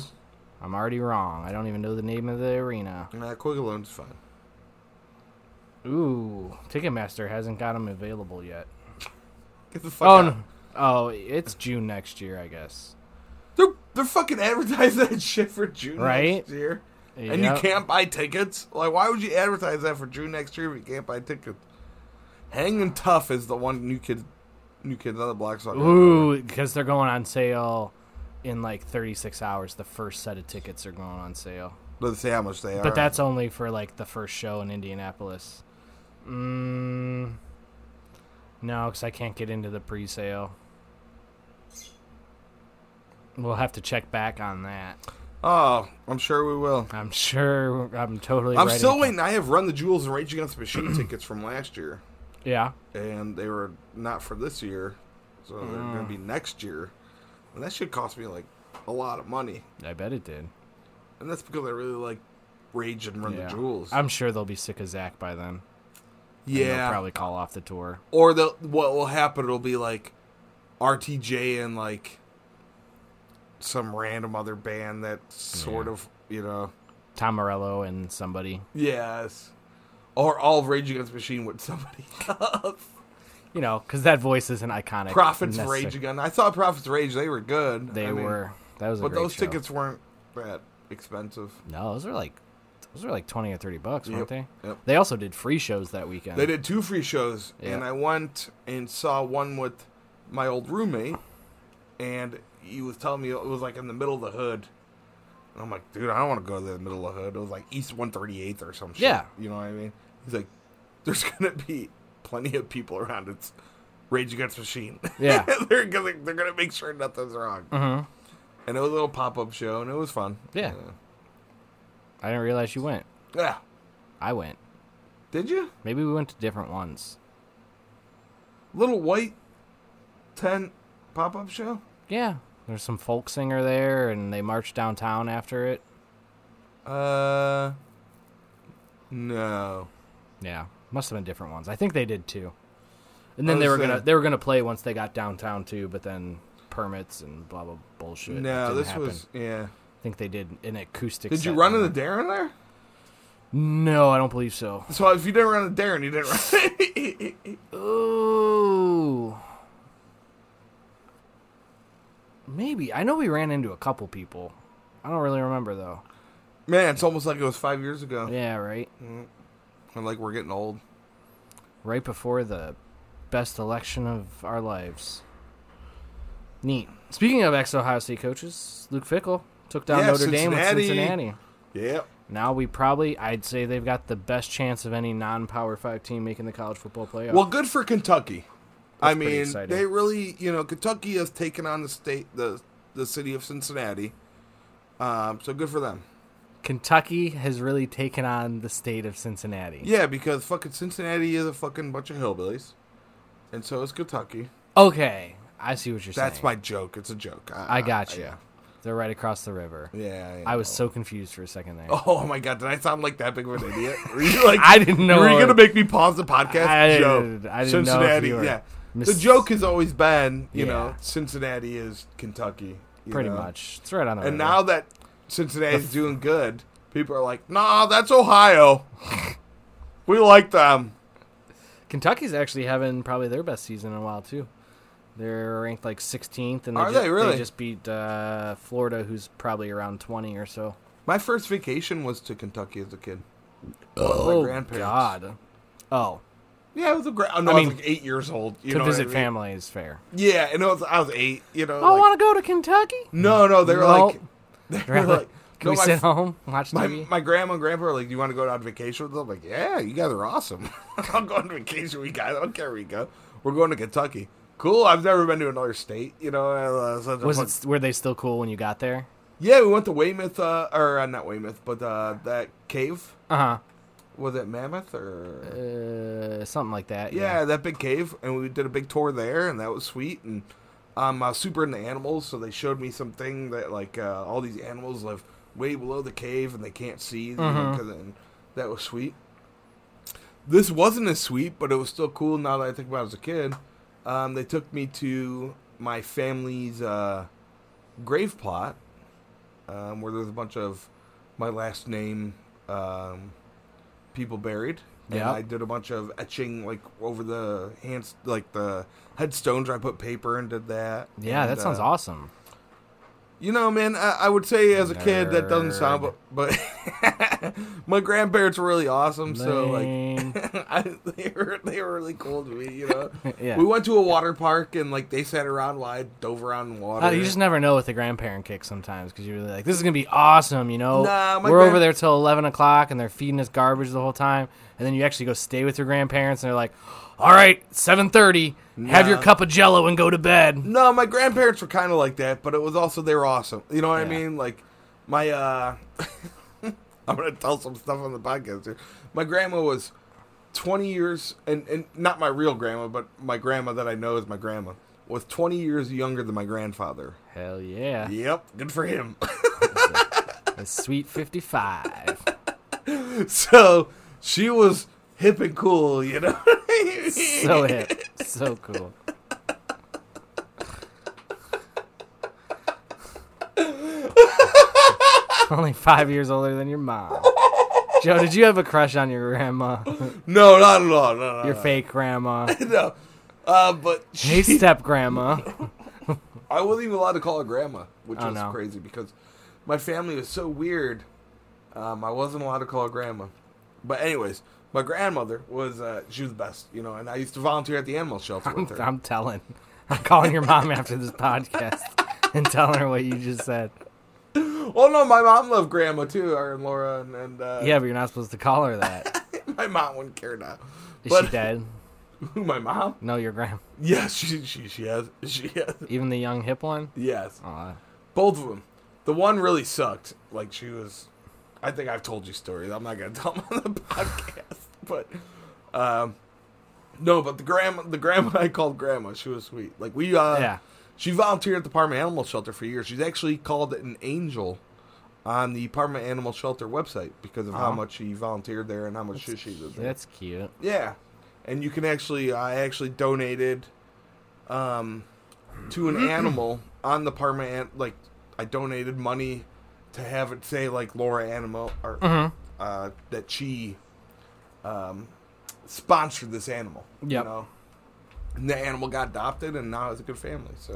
B: I'm already wrong. I don't even know the name of the arena.
A: Nah, Quick Loans fine.
B: Ooh, Ticketmaster hasn't got them available yet.
A: Get the fuck
B: Oh,
A: out.
B: no. oh, it's June next year, I guess.
A: They're they're fucking advertising that shit for June
B: Right?
A: next year, and you
B: Yep.
A: can't buy tickets. Like, why would you advertise that for June next year if you can't buy tickets? Hanging tough is the one new kid, new kids on the block song.
B: Ooh, because they're going on sale in like 36 hours. The first set of tickets are going on sale,
A: Let's see how much they are.
B: but that's only for like the first show in Indianapolis. Mm, no, because I can't get into the pre-sale. We'll have to check back on that.
A: oh, I'm sure we will.
B: I'm sure. I'm totally.
A: I'm
B: writing
A: still
B: it-
A: waiting. I have Run the Jewels and Rage Against the Machine tickets from last year,
B: Yeah.
A: and they were not for this year, so they're going to
B: Mm.
A: be next year. And that should cost me like a lot of money,
B: I bet it did.
A: and that's because I really like Rage and Run
B: Yeah.
A: the Jewels.
B: I'm sure they'll be sick of Zach by then. and
A: yeah,
B: They'll probably call off the tour.
A: or the what will happen? It'll be like RTJ and like some random other band that sort
B: Yeah.
A: of you know
B: Tom Morello and somebody.
A: yes, or all of Rage Against the Machine with somebody else.
B: You know, because that voce isn't iconic.
A: Profits
B: necessar-
A: Rage again. I saw Profits Rage. They were good.
B: They
A: I mean,
B: were. That was a
A: but
B: great
A: those
B: show.
A: tickets weren't that expensive.
B: No, those were like, those were like twenty or thirty bucks, weren't
A: Yep,
B: they?
A: yep.
B: They also did free shows that weekend.
A: They did two free shows,
B: Yeah.
A: and I went and saw one with my old roommate, and he was telling me it was like in the middle of the hood. And I'm like, dude, I don't want to go to the middle of the hood. It was like East 138th or some shit.
B: Yeah.
A: You know what I mean? He's like, there's going to be plenty of people around. It's Rage Against the Machine.
B: Yeah.
A: they're gonna, they're going to make sure nothing's wrong.
B: Mhm.
A: And it was a little pop up show, and it was fun.
B: Yeah. I didn't realize you went.
A: Yeah. Yeah.
B: I went.
A: Did you?
B: Maybe we went to different ones.
A: Little white tent pop up show?
B: Yeah. There's some folk singer there, and they marched downtown after it.
A: Uh, no.
B: Yeah, must have been different ones. I think they did too. And then
A: I
B: they were
A: was
B: gonna
A: saying-
B: they were gonna play once they got downtown too, but then permits and blah blah bullshit.
A: No,
B: didn't
A: this
B: happen.
A: was yeah.
B: I think they did an acoustic.
A: Did you
B: set
A: run
B: down
A: in the Darren there?
B: there. No, I don't believe so.
A: So if you didn't run in the Darren, you didn't run.
B: Ooh. Maybe I know we ran into a couple people. I don't really remember though.
A: Man, it's almost like it was five years ago.
B: Yeah, right.
A: And like we're getting old.
B: Right before the best election of our lives. Neat. Speaking of ex Ohio State coaches, Luke Fickle took down
A: Yeah,
B: Notre Dame with
A: Cincinnati.
B: Cincinnati.
A: Yeah.
B: Now we probably, I'd say they've got the best chance of any non Power 5 team making the college football playoff.
A: Well, good for Kentucky. I
B: That's pretty
A: mean,
B: exciting.
A: they really, you know, Kentucky has taken on the state, the the city of Cincinnati. Um, so good for them.
B: Kentucky has really taken on the state of Cincinnati.
A: Yeah, because fucking Cincinnati is a fucking bunch of hillbillies, and so is Kentucky.
B: Okay, I see what you're saying.
A: That's my joke. It's a joke.
B: I got you.
A: Yeah.
B: They're right across the river.
A: Yeah.
B: I was
A: know.
B: so confused for a second there.
A: Oh my god! Did I sound like that big of an idiot? Were you like
B: I didn't know
A: Were you
B: it.
A: gonna make me pause the podcast?
B: I-
A: joke.
B: I didn't know if
A: Cincinnati.
B: you were
A: yeah.
B: mis-
A: the joke has always been, you know,
B: Yeah.
A: Cincinnati is Kentucky. you
B: Pretty
A: know?
B: much. It's right on the
A: And
B: river.
A: now that Cincinnati's doing good, people are like, "Nah, that's Ohio. we like them."
B: Kentucky's actually having probably their best season in a while too. They're ranked like 16th, and they,
A: Are
B: just,
A: they really?
B: just beat uh, Florida, who's probably around 20 or so.
A: My first vacation was to Kentucky as a kid.
B: Oh
A: grandparents.
B: God! Oh,
A: Yeah, it was a great. No,
B: I
A: I,
B: mean,
A: was like eight years old. You
B: to
A: know what I
B: visit
A: mean?
B: family is fair. Oh,
A: Yeah, and it was, I was eight. You know,
B: I
A: like-
B: want to go to Kentucky.
A: no, no, they were
B: Nope.
A: like, they were like,
B: Can
A: no,
B: we
A: my
B: sit home watch
A: My,
B: TV?
A: my grandma and grandpa are like, Do you want to go on vacation with them? I'm like, Yeah, you guys are awesome. I'll go on vacation with you guys. I don't care where we go. We're going to Kentucky. Cool. I've never been to another state. You know, uh, so it's
B: was
A: like-
B: it were they still cool when you got there?
A: Yeah, we went to Weymouth, uh, or uh, not Weymouth, but uh, that cave.
B: Uh
A: Was it Mammoth or?
B: huh. Uh, something like that.
A: yeah,
B: Yeah.
A: that big cave, and we did a big tour there, and that was sweet. And I'm uh, super into animals, so they showed me something that like uh, all these animals live way below the cave and they can't see. You know,
B: Mhm.
A: 'cause then- that was sweet. This wasn't as sweet, but it was still cool. Now that I think about it as a kid, um, they took me to my family's uh, grave plot, um, where there's a bunch of my last name um, people buried. And
B: Yeah.
A: I did a bunch of etching, like over the hands, like the headstones. I put paper and did that.
B: Yeah,
A: And,
B: that sounds
A: uh,
B: awesome.
A: You know, man, I, I would say as a kid that doesn't sound,
B: Nerd.
A: but, but my grandparents were really awesome. So like,
B: Lame.
A: I, they were they were really cool to me. You know,
B: yeah.
A: we went to a water park and like they sat around while I dove around in water.
B: Uh, you just never know with the grandparent kick sometimes because you're really like, this is gonna be awesome, you know.
A: Nah, my
B: We're
A: grand-
B: over there till eleven o'clock and they're feeding us garbage the whole time, and then you actually go stay with your grandparents and they're like, all right, seven thirty, have your
A: Nah.
B: cup of Jello and go to bed.
A: No, my grandparents were kind of like that, but it was also they were awesome. You know what I
B: Yeah.
A: mean? Like my uh I'm going to tell some stuff on the podcast here. My grandma was 20 years and and not my real grandma, but my grandma that I know is my grandma was 20 years younger than my grandfather.
B: Hell yeah,
A: Yep, good for him.
B: a sweet fifty-five.
A: so, she was hip and cool, you know.
B: so hip, so cool. Only five years older than your mom. Joe, did you have a crush on your grandma?
A: no, not at all. No, no,
B: Your
A: no.
B: fake grandma.
A: no. Uh, but
B: Hey,
A: she
B: step grandma.
A: I wasn't even allowed to call her grandma, which
B: Oh,
A: is
B: no.
A: crazy because my family was so weird. Um, I wasn't allowed to call her grandma. But anyways, my grandmother was uh, she was the best, you know, and I used to volunteer at the animal shelter with her.
B: I'm telling. I'm calling your mom after this podcast and telling her what you just said.
A: Oh no, my mom loved Grandma too, or and Laura, and, and uh,
B: Yeah, but you're not supposed to call her that.
A: my mom wouldn't care now.
B: Is
A: But-
B: she dead?
A: Who, my mom?
B: No, your grandma.
A: Yeah, she she she has she has
B: Even the young hip one.
A: yes.
B: Aw.
A: Both of them. The one really sucked. Like she was. I think I've told you stories. I'm not gonna tell them on the podcast, but um, no. But the grandma, the grandma I called grandma. She was sweet. Like we, uh,
B: Yeah.
A: She volunteered at the Parma Animal Shelter for years. She's actually called an angel on the Parma Animal Shelter website because of how
B: Oh.
A: much she volunteered there and how much shit she did. there.
B: That's cute.
A: Yeah, and you can actually I actually donated um, to an animal on the Parma an- like I donated money to have it say like Laura Animal or
B: Uh-huh. Mm-hmm.
A: uh, that she um, sponsored this animal.
B: Yep.
A: You know? And the animal got adopted, and now it's a good family. So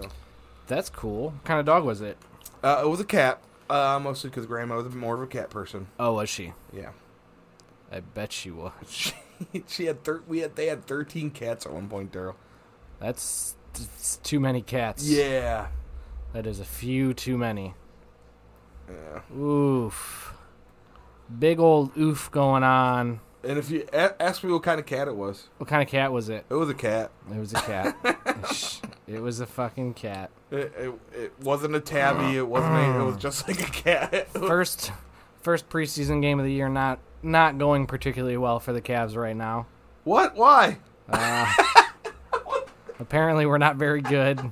B: That's cool. What kind of dog was it?
A: uh, it was a cat, uh, mostly because Grandma was more of a cat person.
B: Oh, was she?
A: Yeah.
B: I bet she was.
A: She, she had thir- we had they had thirteen cats at one point, Daryl.
B: That's it's too many cats.
A: Yeah,
B: That is a few too many.
A: Yeah.
B: Oof. Big old oof going on.
A: And if you a- ask me what kind of cat it was,
B: What kind of cat was it?
A: it was a cat.
B: It was a cat. Sh- it was a fucking cat.
A: It, it, it wasn't a tabby. It wasn't. A, it was just like a cat.
B: First first preseason game of the year not not going particularly well for the Cavs right now.
A: what? Why?
B: Apparently we're not very good.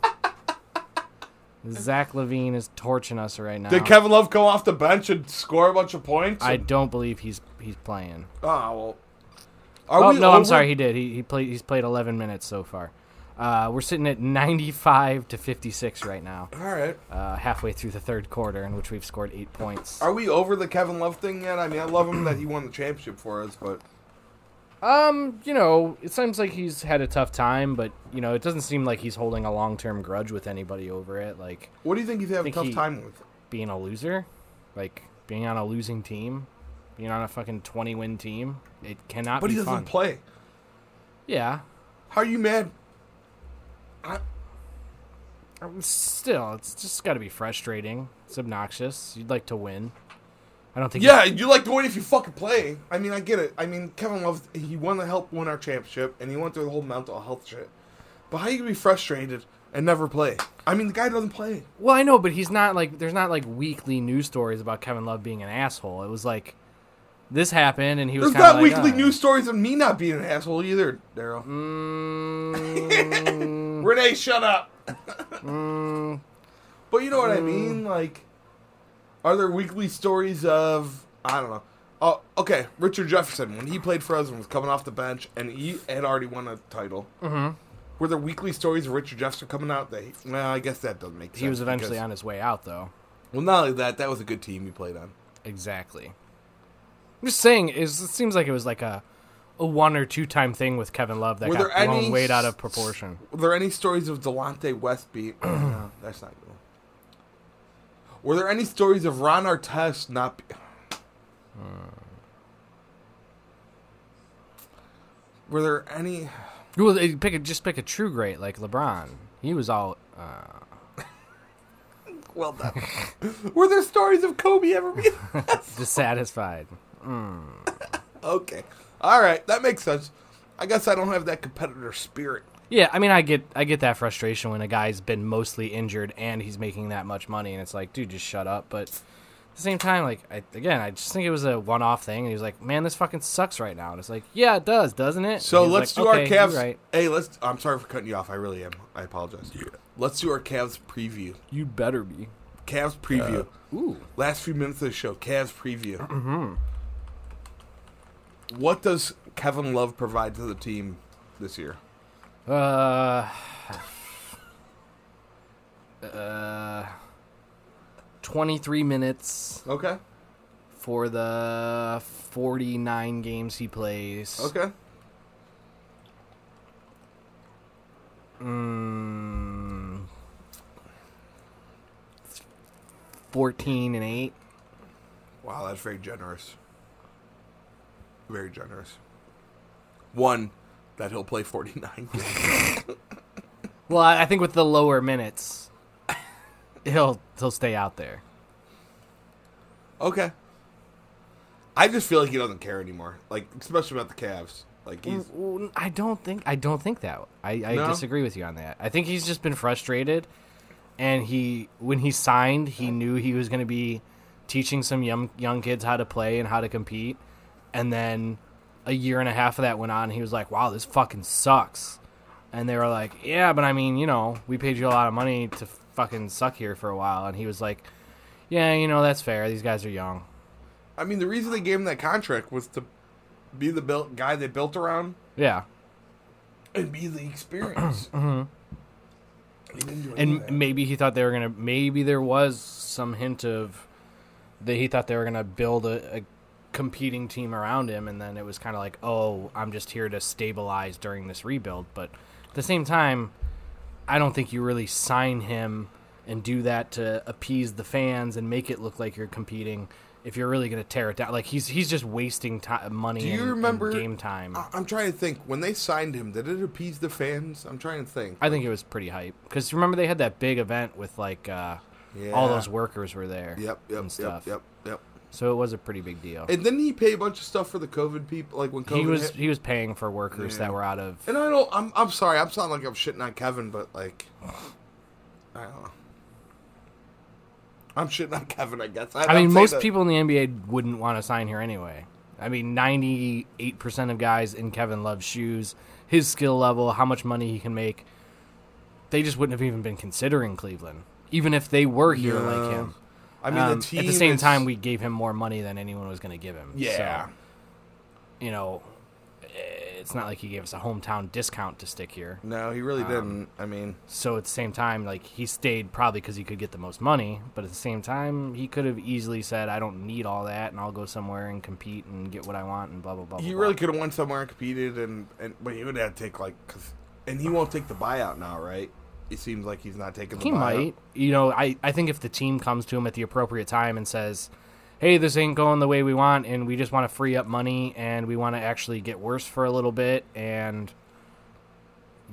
B: Zach Levine is torching us right now.
A: Did Kevin Love come off the bench and score a bunch of points?
B: I don't believe he's he's playing.
A: oh well. Are
B: oh no, I'm
A: over?
B: sorry, he did. He he played he's played 11 minutes so far. Uh, we're sitting at 95 to 56 right now,
A: All right.
B: uh, halfway through the third quarter, in which we've scored eight points.
A: Are we over the Kevin Love thing yet? I mean, I love him that he won the championship for us, but
B: Um, you know, it seems like he's had a tough time, but you know, it doesn't seem like he's holding a long term grudge with anybody over it. Like
A: what do you think he's having a
B: Think
A: tough
B: he-
A: time with?
B: being a loser, like being on a losing team, being on a fucking 20 win team, it cannot
A: But
B: be
A: he doesn't
B: fun.
A: play.
B: yeah,
A: How are you mad? I,
B: Um, still, it's just got to be frustrating. It's obnoxious. You'd like to win. I don't think.
A: Yeah, you like the win if you fucking play. I mean, I get it. I mean, Kevin Love, he won the help win our championship, and he went through the whole mental health shit. But how you gonna be frustrated and never play? I mean, the guy doesn't play.
B: Well, I know, but he's not like there's not like weekly news stories about Kevin Love being an asshole. It was like this happened, and he was
A: There's not
B: kinda like,
A: weekly
B: "Oh."
A: news stories of me not being an asshole either, Daryl.
B: Mm,
A: Renee, shut up.
B: mm,
A: But you know what I mean? Like, are there weekly stories of I don't know? Oh, okay. Richard Jefferson when he played for us and was coming off the bench and he had already won a title. Mm-hmm. Were there weekly stories of Richard Jefferson coming out? That he, well, I guess that doesn't make sense.
B: he was eventually
A: because-
B: on his way out, though.
A: Well, not only that, that was a good team he played on.
B: Exactly. I'm just saying, is it seems like it was like a a one or two time thing with Kevin Love that
A: Were
B: got
A: there any
B: blown way out
A: s-
B: of proportion.
A: Were there any stories of Delonte West being? no, that's not good. Were there any stories of Ron Artest not? Be- Hmm. Were there any?
B: Well, they pick a, just pick a true great like LeBron. He was all. Uh,
A: Well done. Were there stories of Kobe ever being?
B: dissatisfied.
A: okay, all right, that makes sense. I guess I don't have that competitor spirit.
B: Yeah, I mean, I get I get that frustration when a guy's been mostly injured and he's making that much money, and it's like, dude, just shut up. But at the same time, like, I, again, I just think it was a one off thing, and he was like, man, this fucking sucks right now, and it's like, yeah, it does, doesn't it?
A: So
B: And he's
A: let's
B: like,
A: do
B: "Okay,
A: our
B: you're
A: Cavs.
B: Right.
A: Hey, let's. I'm sorry for cutting you off. I really am. I apologize. Let's do our Cavs preview.
B: You better be.
A: Cavs preview.
B: Ooh,
A: Last few minutes of the show, Cavs preview. What does Kevin Love provide to the team this year?
B: uh, uh, twenty three minutes
A: Okay.
B: for the forty nine games he plays.
A: Okay.
B: Mm, 14 and 8.
A: Wow, that's very generous. Very generous. One, that he'll play 49.
B: Well, I I think with the lower minutes, he'll he'll stay out there.
A: Okay. I just feel like he doesn't care anymore. Like especially about the Cavs. Like he's
B: Mm, I don't think I don't think that. I, I
A: No?
B: disagree with you on that. I think he's just been frustrated, and he when he signed, he knew he was going to be teaching some young young kids how to play and how to compete, and then a year and a half of that went on. And he was like, "Wow, this fucking sucks," and they were like, "Yeah, but I mean, you know, we paid you a lot of money to fucking suck here for a while," and he was like, "Yeah, you know, that's fair. These guys are young."
A: I mean the reason they gave him that contract was to be the built guy they built around
B: Yeah,
A: and be the experience. He didn't do any
B: and
A: of that.
B: maybe he thought they were gonna maybe there was some hint of that he thought they were gonna build a, a competing team around him and then it was kind of like oh i'm just here to stabilize during this rebuild but at the same time i don't think you really sign him and do that to appease the fans and make it look like you're competing if you're really going to tear it down like he's he's just wasting time money
A: Do you
B: and- and
A: remember-
B: game time
A: I- I'm trying to think. When they signed him, did it appease the fans? I'm trying to think.
B: i think it was pretty hype because remember they had that big event with like uh
A: Yeah.
B: all those workers were there.
A: Yep, yep,
B: and stuff.
A: yep, yep,
B: So it was a pretty big deal.
A: yep. And then he paid a bunch of stuff for the COVID people, like when COVID
B: he was
A: hit.
B: he was paying for workers
A: Yeah.
B: that were out of.
A: And I don't. I'm. I'm sorry. I'm sounding like I'm shitting on Kevin, but like, I don't know. I'm shitting on Kevin. I guess.
B: I mean,
A: don't say
B: most
A: that-
B: people in the NBA wouldn't want to sign here anyway. I mean, ninety eight percent of guys in Kevin Love's shoes, his skill level, how much money he can make, they just wouldn't have even been considering Cleveland, even if they were here
A: No.
B: like him.
A: I mean,
B: Um,
A: the team
B: at the same
A: is-
B: time, we gave him more money than anyone was going to give him.
A: Yeah.
B: So, you know, it's not like he gave us a hometown discount to stick here.
A: No, he
B: um,
A: really didn't. I mean,
B: So at the same time, like he stayed probably because he could get the most money, but at the same time, he could have easily said, "I don't need all that, and I'll go somewhere and compete and get what I want and blah blah blah."
A: he
B: blah,
A: really
B: blah."
A: could have won somewhere and competed, and and but he would have to take like, cause, and he won't take the buyout now, right? It seems like he's not taking. the
B: He
A: buyout.
B: might, you know. I I think if the team comes to him at the appropriate time and says, "Hey, this ain't going the way we want, and we just want to free up money, and we want to actually get worse for a little bit, and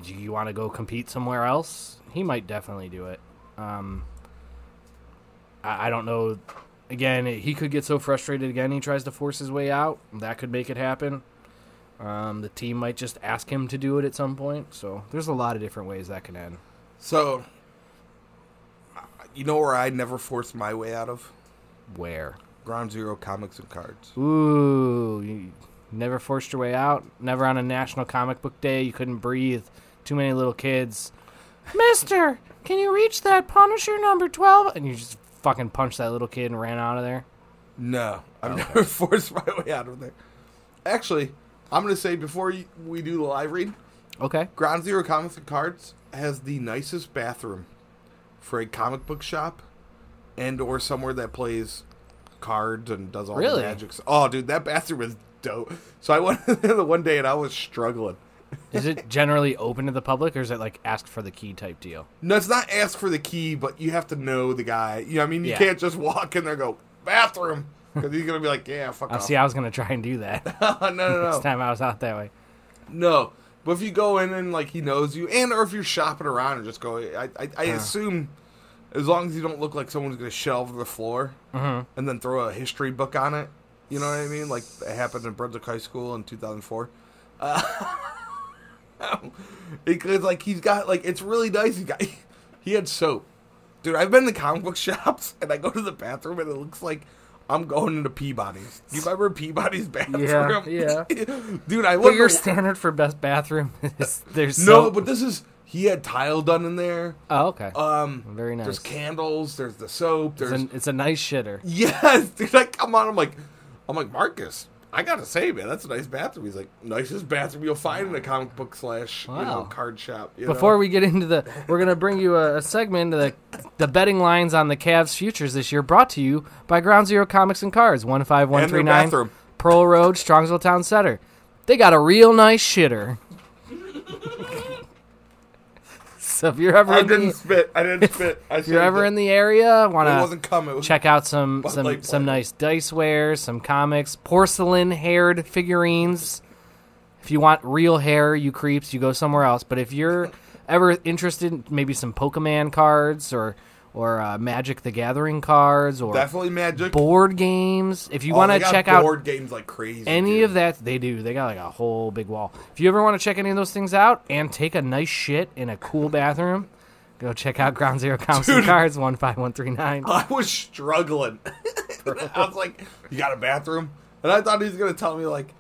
B: do you want to go compete somewhere else?" He might definitely do it. Um, I, I don't know. Again, he could get so frustrated again he tries to force his way out. That could make it happen. Um, the team might just ask him to do it at some point. So there's a lot of different ways that can end.
A: So, you know where I never forced my way out of
B: Where?
A: Ground Zero comics and cards.
B: Ooh, you never forced your way out. Never on a national comic book day. You couldn't breathe. Too many little kids. Mister, can you reach that Punisher number 12? And you just fucking punched that little kid and ran out of there.
A: No,
B: Oh.
A: I've never forced my way out of there. Actually, I'm gonna say before you, we do the live read,
B: Okay.
A: Ground Zero Comics and Cards has the nicest bathroom for a comic book shop, and or somewhere that plays cards and does all
B: Really?
A: the magic. Oh, dude, that bathroom is dope. So I went in there the one day and I was struggling.
B: Is it generally open to the public or is it like ask for the key type deal?
A: No, it's not ask for the key, but you have to know the guy. You know, I mean, you
B: Yeah.
A: can't just walk in there and go bathroom because he's gonna be like, yeah, fuck
B: Oh,
A: off.
B: see, I was going to try and do that
A: no, no, no.
B: next time I was out that way.
A: No, but if you go in and like he knows you, and or if you're shopping around and just go, I I, I assume as long as you don't look like someone's gonna shelve the floor
B: Mm-hmm.
A: and then throw a history book on it, you know what I mean? Like it happened in Brunswick High School in 2004. Uh, because like he's got like it's really nice. He got he had soap, dude. I've been to comic book shops and I go to the bathroom and it looks like. I'm going into Peabody's. You remember Peabody's bathroom?
B: yeah.
A: Dude, I
B: But
A: wouldn't know-
B: your standard for best bathroom is there's
A: no,
B: soap.
A: but this is he had tile done in there.
B: Oh, okay.
A: Um,
B: Very nice.
A: There's candles. There's the soap.
B: it's,
A: There's
B: a, it's a nice shitter.
A: yes, dude. I come on. I'm like, I'm like Marcus. I gotta say, man, that's a nice bathroom. He's like, nicest bathroom you'll find in a comic book slash you know,
B: Wow.
A: card shop. you
B: Before
A: know?
B: we get into the, we're gonna bring you a, a segment of the the betting lines on the Cavs futures this year, brought to you by Ground Zero Comics and Cards, one five one three
A: And their
B: nine
A: bathroom.
B: Pearl Road, Strongsville Town Center. They got a real nice shitter. so if you're ever
A: I
B: in the,
A: didn't
B: if
A: spit. I didn't spit. I
B: you're ever in the area, want
A: it
B: to
A: wasn't coming. It was,
B: check out some
A: Bud
B: some
A: Light
B: some
A: Platinum.
B: nice diceware, some comics, porcelain haired figurines. If you want real hair, you creeps, you go somewhere else. But if you're ever interested in maybe some Pokemon cards or or uh, Magic the Gathering cards or
A: Definitely Magic.
B: board games, if you
A: Oh,
B: want
A: they
B: to
A: got
B: check out
A: board games like crazy.
B: any
A: dude.
B: of that, they do. They got like a whole big wall. If you ever want to check any of those things out and take a nice shit in a cool bathroom, go check out Ground Zero Comics and Cards one five one three nine.
A: I was struggling. I was like, "You got a bathroom?" And I thought he was gonna tell me like,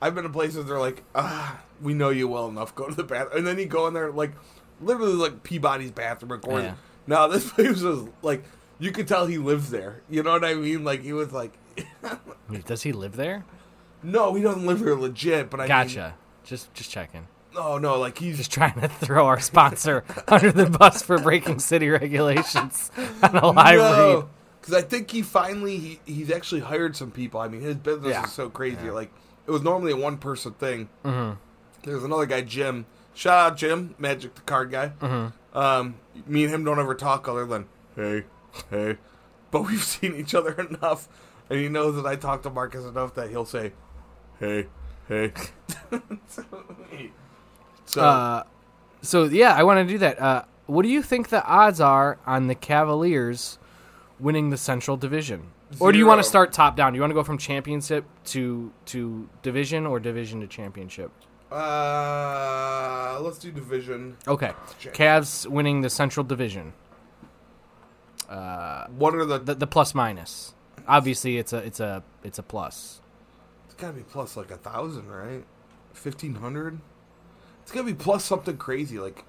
A: "I've been to places they're like, ah, we know you well enough. Go to the bathroom." And then he go in there like, literally like Peabody's bathroom recording.
B: Yeah.
A: No, this place was like, you could tell he lives there. You know what I mean? Like he was like,
B: Does he live there?
A: "No, he doesn't live here legit." But I mean-
B: Gotcha. Just just checking.
A: oh no, like he's
B: Just trying to throw our sponsor under the bus for breaking city regulations on a live read.
A: Because I think he finally he, he's actually hired some people. I mean, his business
B: Yeah. Mm-hmm.
A: is so crazy. Like it was normally a one person thing. There's another guy, Jim. Shout out Jim, Magic the Card guy.
B: Mm-hmm.
A: Um, me and him don't ever talk other than hey, hey. But we've seen each other enough, and he knows that I talk to Marcus enough that he'll say, hey, hey. so
B: Uh, so yeah, I want to do that. Uh, what do you think the odds are on the Cavaliers winning the Central Division? Or do you want to
A: Zero.
B: start top down? Do you want to go from championship to to division or division to championship?
A: uh, let's do division.
B: Okay,
A: Cha-
B: Cavs winning the Central Division.
A: What are the
B: The, the plus minus. Obviously, it's a it's a it's a plus.
A: It's gotta be plus like a thousand, right? Fifteen hundred. It's gotta be plus something crazy. Like,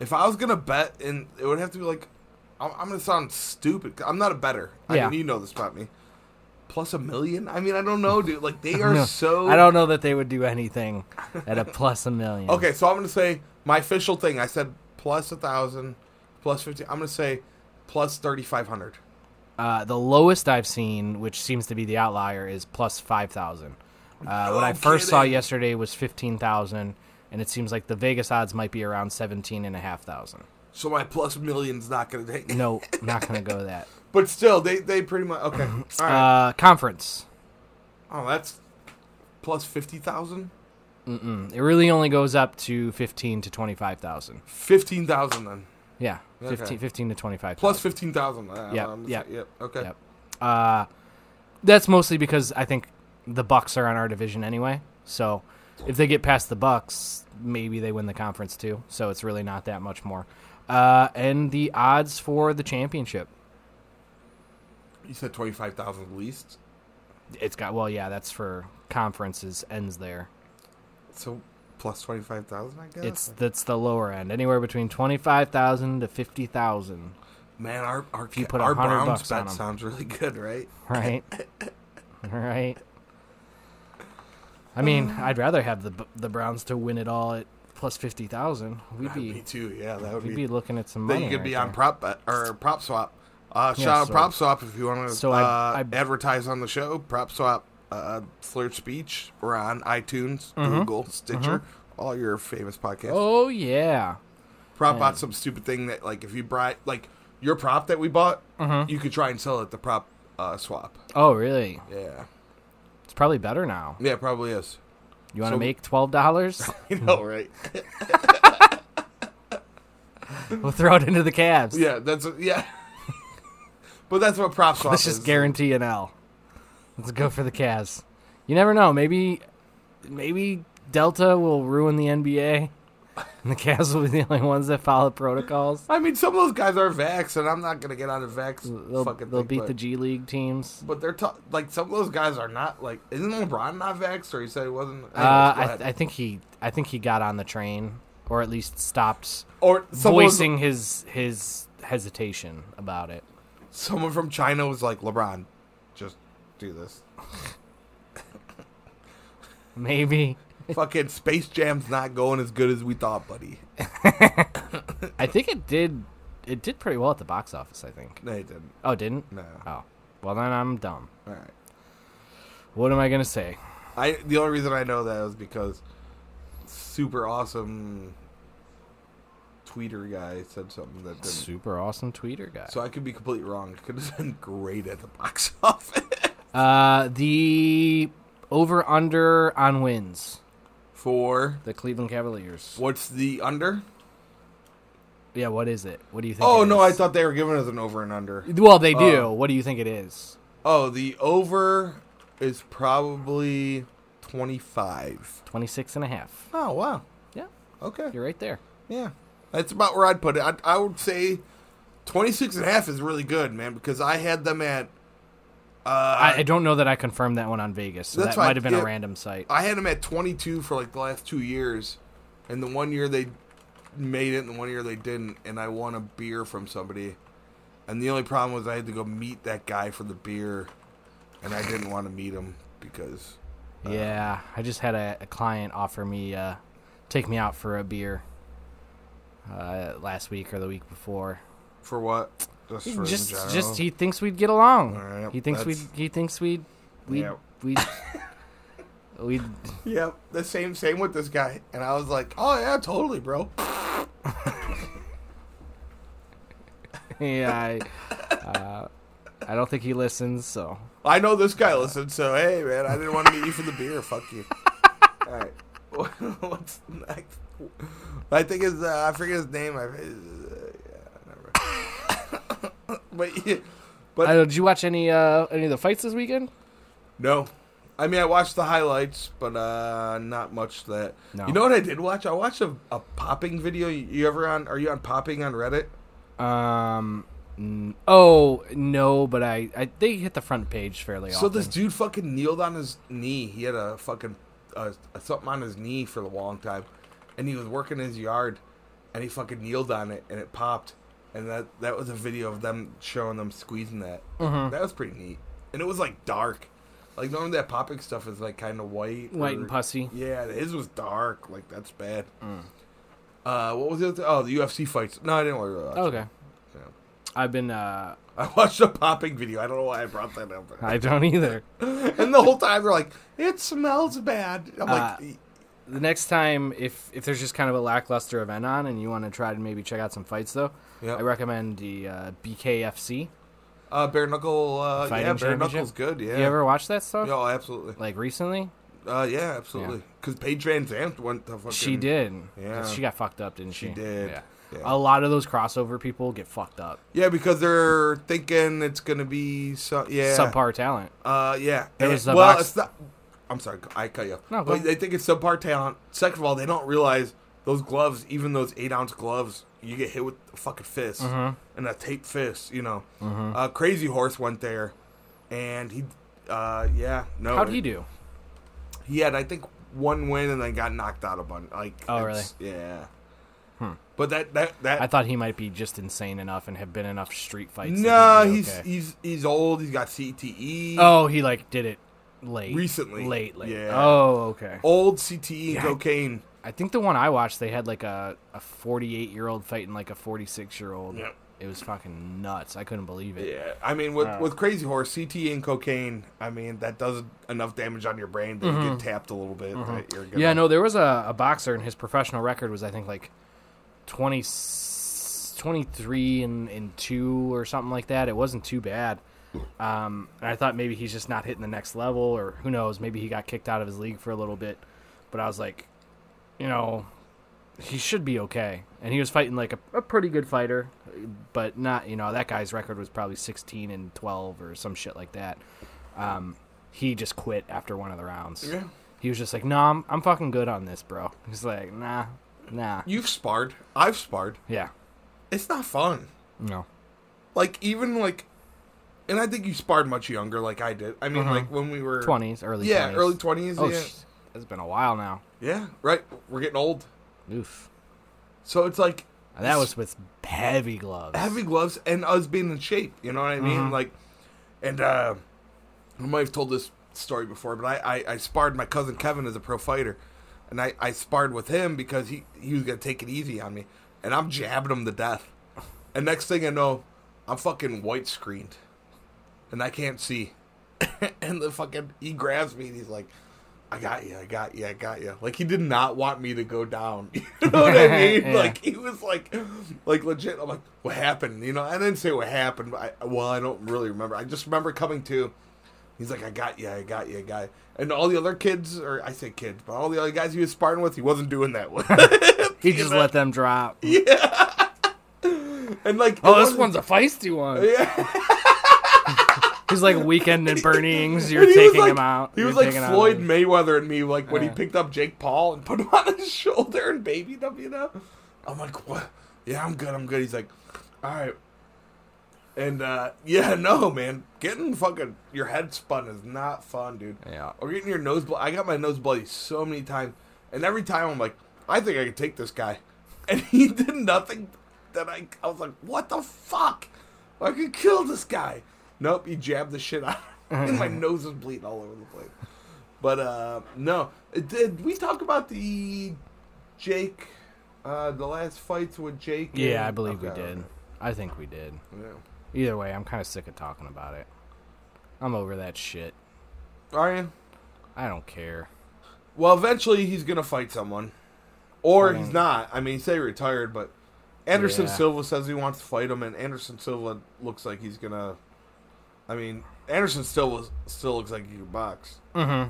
A: if I was gonna bet, and it would have to be like, I'm, I'm gonna sound stupid. 'cause I'm not a better. I
B: Yeah.
A: mean, you know this about me. Plus a million? I mean, I don't know, dude. Like they are
B: No,
A: so.
B: I don't know that they would do anything at a plus a million.
A: Okay, so I'm gonna say my official thing. I said plus a thousand, plus fifteen. I'm gonna say plus thirty five hundred.
B: Uh, the lowest I've seen, which seems to be the outlier, is plus five thousand. Uh, what
A: No
B: I first saw
A: kidding.
B: yesterday was fifteen thousand, and it seems like the Vegas odds might be around seventeen and a half thousand.
A: So my plus million's not gonna take.
B: No, I'm not going to go with that.
A: But still, they they pretty much okay. All right.
B: Uh, conference.
A: Oh, that's plus 50,000?
B: It really only goes up to fifteen to twenty five thousand.
A: 15,000 then.
B: Yeah,
A: Okay.
B: 15, 15 to twenty five.
A: Plus 15,000. Uh,
B: Yep,
A: I'm-
B: yep.
A: Yep. Okay.
B: Yep. Uh, that's mostly because I think the Bucks are on our division anyway. So if they get past the Bucks, maybe they win the conference too. So it's really not that much more. Uh, and the odds for the championship,
A: You said 25,000 at least.
B: it's got well, yeah, that's for conferences ends there.
A: So plus 25,000, I guess.
B: It's that's the lower end, anywhere between twenty five thousand to fifty thousand,
A: Man, our our,
B: you put
A: our
B: 100
A: Browns
B: bucks on
A: bet
B: 'em.
A: sounds really good, right?
B: right? right. I mean,
A: Um,
B: I'd rather have the B- the Browns to win it all at plus fifty thousand. We'd
A: Ah,
B: be
A: Me too. Yeah, that would
B: We'd
A: be.
B: be looking at some
A: Then
B: money.
A: you could
B: right
A: be
B: there.
A: on prop bet or prop swap. Uh, shout
B: Yeah,
A: out
B: so-
A: prop swap if you want to
B: so
A: uh,
B: I- I-
A: advertise on the show. Prop swap, uh, Flirt Speech. We're on iTunes, Google, Stitcher, all your famous podcasts.
B: Mm-hmm. Oh yeah,
A: prop bought some stupid thing that like if you brought like your prop that we bought,
B: Uh-huh.
A: you could try and sell it at the prop uh, swap.
B: oh really?
A: Yeah,
B: It's probably better now.
A: yeah, it probably is.
B: You want to
A: So-
B: make twelve dollars?
A: You know, right?
B: we'll throw it into the Cavs.
A: yeah, that's yeah. but that's what prop swap
B: let's
A: is.
B: just guarantee an L. Let's go for the Cavs. You never know. Maybe, maybe Delta will ruin the NBA, and the Cavs will be the only ones that follow protocols.
A: I mean, some of those guys are vax, and I'm not gonna get out of vax.
B: They'll,
A: fucking
B: they'll
A: thing,
B: beat
A: but,
B: the G League teams.
A: But they're ta- like some of those guys are not like. Isn't LeBron not vaxxed or he said he wasn't? Anyways, go
B: Uh,
A: ahead.
B: I, I think he, I think he got on the train, or at least stopped
A: or someone,
B: voicing his his hesitation about it.
A: someone from China was like LeBron, just do this.
B: Maybe.
A: fucking Space Jam's not going as good as we thought, buddy.
B: I think it did. It did pretty well at the box office. I think.
A: No, he didn't.
B: Oh, it didn't?
A: No.
B: Oh, well then I'm dumb.
A: All right.
B: What am I gonna say?
A: I the only reason I know that is because super awesome tweeter guy said something that didn't.
B: Super awesome tweeter guy.
A: So I could be completely wrong. It could have been great at the box office.
B: Uh, the over under on wins.
A: for
B: The Cleveland Cavaliers.
A: what's the under?
B: Yeah, what is it? What do you think?
A: Oh
B: it
A: no, I Oh.
B: is?
A: thought they were giving us an over and under.
B: Well, they do. what do you think it is?
A: Oh, the over is probably twenty five.
B: 26 and a half.
A: Oh wow.
B: Yeah,
A: Okay.
B: you're right there.
A: Yeah, that's about where I'd put it. I, I would say 26 and a half is really good, man, because I had them at.
B: I,
A: Uh,
B: I don't know that I confirmed that one on Vegas, so
A: That's
B: that
A: fine.
B: might have been
A: Yeah.
B: a random site.
A: I had them at 22 for like the last two years, and the one year they made it, and the one year they didn't, and I won a beer from somebody, and the only problem was I had to go meet that guy for the beer, and I didn't want to meet him because
B: yeah, I just had a, a client offer me uh, take me out for a beer uh, last week or the week before.
A: for what? Just for in
B: just,
A: general?
B: just he thinks we'd get along.
A: Alright,
B: he thinks we.
A: that's-
B: He thinks we. We.
A: Yeah.
B: We. we.
A: Yeah, the same same with this guy, and I was like, oh yeah, totally, bro.
B: Yeah. I, uh, I don't think he listens. So
A: I know this guy listened, so hey, man, I didn't want to meet you for the beer. Fuck you. All right. What's next? I think it's, uh, I forget his name. I, uh, yeah, never. but, yeah, but
B: I, did you watch any uh, any of the fights this weekend?
A: no. I mean, I watched the highlights, but uh, not much that.
B: No.
A: You know what I did watch? I watched a, a popping video. You, you ever on? Are you on popping on Reddit?
B: Um. n- Oh no, but I, I they hit the front page fairly
A: So
B: often.
A: this dude fucking kneeled on his knee. He had a fucking uh, something on his knee for a long time, and he was working his yard, and he fucking kneeled on it, and it popped, and that that was a video of them showing them squeezing that.
B: Mm-hmm.
A: That was pretty neat, and it was like dark. Like normally that popping stuff is like kind of white,
B: White and Mm. pussy.
A: Yeah, his was dark. Like that's bad. Uh, what was the other? Oh, the UFC fights. No, I didn't want to watch. it.
B: Okay,
A: Yeah.
B: I've been. uh
A: I watched a popping video. I don't know why I brought that up.
B: I don't either.
A: And the whole time they're like, "It smells bad." I'm like,
B: Uh, The next time, if if there's just kind of a lackluster event on, and you want to try to maybe check out some fights, though,
A: Yep.
B: I recommend the uh, BKFC.
A: uh, "Bare knuckle." Uh,
B: Fighting
A: yeah, bare
B: championship?
A: knuckle's good. Yeah.
B: You ever watch that stuff?
A: No, absolutely.
B: Like recently,
A: Uh, yeah, absolutely. Because Paige Van Zandt went to fucking.
B: she did.
A: Yeah.
B: she got fucked up, didn't she?
A: She did.
B: Yeah.
A: Yeah.
B: A lot of those crossover people get fucked up.
A: Yeah, because they're thinking it's gonna be so. Yeah.
B: Subpar talent.
A: Uh, yeah.
B: There
A: And-
B: was the
A: well,
B: box-
A: it's not. I'm sorry, I cut you. No,
B: No, go
A: but
B: ahead.
A: they think it's subpar talent. Second of all, they don't realize those gloves, even those eight ounce gloves, you get hit with a fucking fist
B: Mm-hmm.
A: and a tape fist. You know, uh, Crazy Horse went there, and he, uh, yeah, no,
B: How'd he do?
A: He had, I think, one win and then got knocked out a bunch. Like,
B: Oh, Hmm.
A: it's- Yeah. But that that that
B: I thought he might be just insane enough and have been enough street fights. that
A: no,
B: he'd be
A: he's
B: okay.
A: he's he's old. He's got E. CTE.
B: Oh, he like did it late.
A: Recently.
B: Late, late.
A: Yeah.
B: Oh, okay.
A: Old CTE and
B: Yeah.
A: cocaine.
B: I think the one I watched, they had like a, a 48 year old fighting like a 46 year old.
A: Yep.
B: It was fucking nuts. I couldn't believe it.
A: Yeah, I mean,
B: Uh.
A: with with Crazy Horse, CT and cocaine, I mean, that does enough damage on your brain that you get tapped a little bit. That you're gonna,
B: Mm-hmm. Yeah, no, there was a, a boxer, and his professional record was, I think, like 20, 23 and, and 2 or something like that. It wasn't too bad. Um, and I thought maybe he's just not hitting the next level, or who knows, maybe he got kicked out of his league for a little bit. But I was like, you know, he should be okay. And he was fighting like a, a pretty good fighter, but not, you know, that guy's record was probably 16 and 12 or some shit like that. Um, he just quit after one of the rounds.
A: Yeah.
B: He was just like, "No, I'm I'm fucking good on this, bro." He's like, "Nah, nah."
A: You've sparred. I've sparred.
B: yeah.
A: It's not fun.
B: No.
A: Like even like, and I think you sparred much younger, like I did. I mean,
B: Mm-hmm.
A: like when we were
B: 20s, early
A: yeah,
B: 20s.
A: early twenties.
B: Oh,
A: yeah.
B: sh- it's been a while now.
A: yeah, right. We're getting old,
B: Oof.
A: so it's like
B: That was with heavy gloves.
A: heavy gloves and us being in shape. You know what I mean? Like, and uh, I might have told this story before, but I, I, I sparred my cousin Kevin as a pro fighter, and I, I sparred with him because he, he was gonna take it easy on me, and I'm jabbing him to death, and next thing I know, I'm fucking white screened, and I can't see, and the fucking he grabs me and he's like. I got you, I got you, I got you. Like he did not want me to go down. You know what I mean?
B: Yeah.
A: Like he was like, like legit. I'm like, what happened? You know, I didn't say what happened. But I, well, I don't really remember. I just remember coming to, He's like, I got you, I got you, I got you. And all the other kids, or I say kids, but all the other guys he was sparring with, he wasn't doing that with.
B: He just let them drop.
A: and like,
B: Oh,
A: it
B: this
A: wasn't-
B: one's a feisty one.
A: Yeah.
B: He's like weekend and Burnings. You're
A: And he was
B: taking
A: like-
B: him out.
A: He
B: You're
A: was like
B: taking out
A: Floyd
B: his-
A: Mayweather and me, like when
B: Yeah.
A: he picked up Jake Paul and put him on his shoulder and babied him, you know? I'm like, what? Yeah, I'm good, I'm good. He's like, all right. And uh, yeah, no, man. Getting fucking your head spun is not fun, dude.
B: Yeah.
A: Or getting your nose blood. I got my nose bloody so many times. And every time I'm like, I think I could take this guy. And he did nothing that I, I was like, what the fuck? I could kill this guy. Nope, he jabbed the shit out. and my nose is bleeding all over the place. But uh no, did we talk about the Jake, uh the last fights with Jake?
B: Yeah,
A: and-
B: I believe we
A: okay,
B: did. I think we did.
A: okay,
B: Either way, I'm kind of sick of talking about it. I'm over that shit.
A: Yeah. Are you?
B: I don't care.
A: Well, eventually he's gonna fight someone, or
B: Right.
A: he's not. I mean, he said he retired, but Anderson
B: Yeah.
A: Silva says he wants to fight him, and Anderson Silva looks like he's gonna. I mean, Anderson Silva still looks like he can box.
B: Mm-hmm.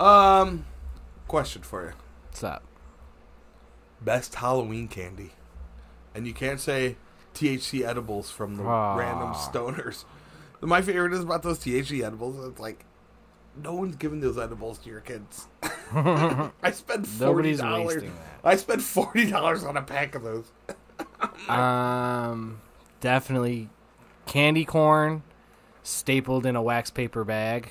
A: Um, question for you:
B: What's up?
A: Best Halloween candy, and you can't say THC edibles from the
B: Ah.
A: random stoners. My favorite is about those THC edibles. It's like no one's giving those edibles to your kids. I spent forty
B: Nobody's
A: dollars.
B: wasting
A: I spent forty dollars on a pack of those.
B: that. Um, definitely candy corn stapled in a wax paper bag.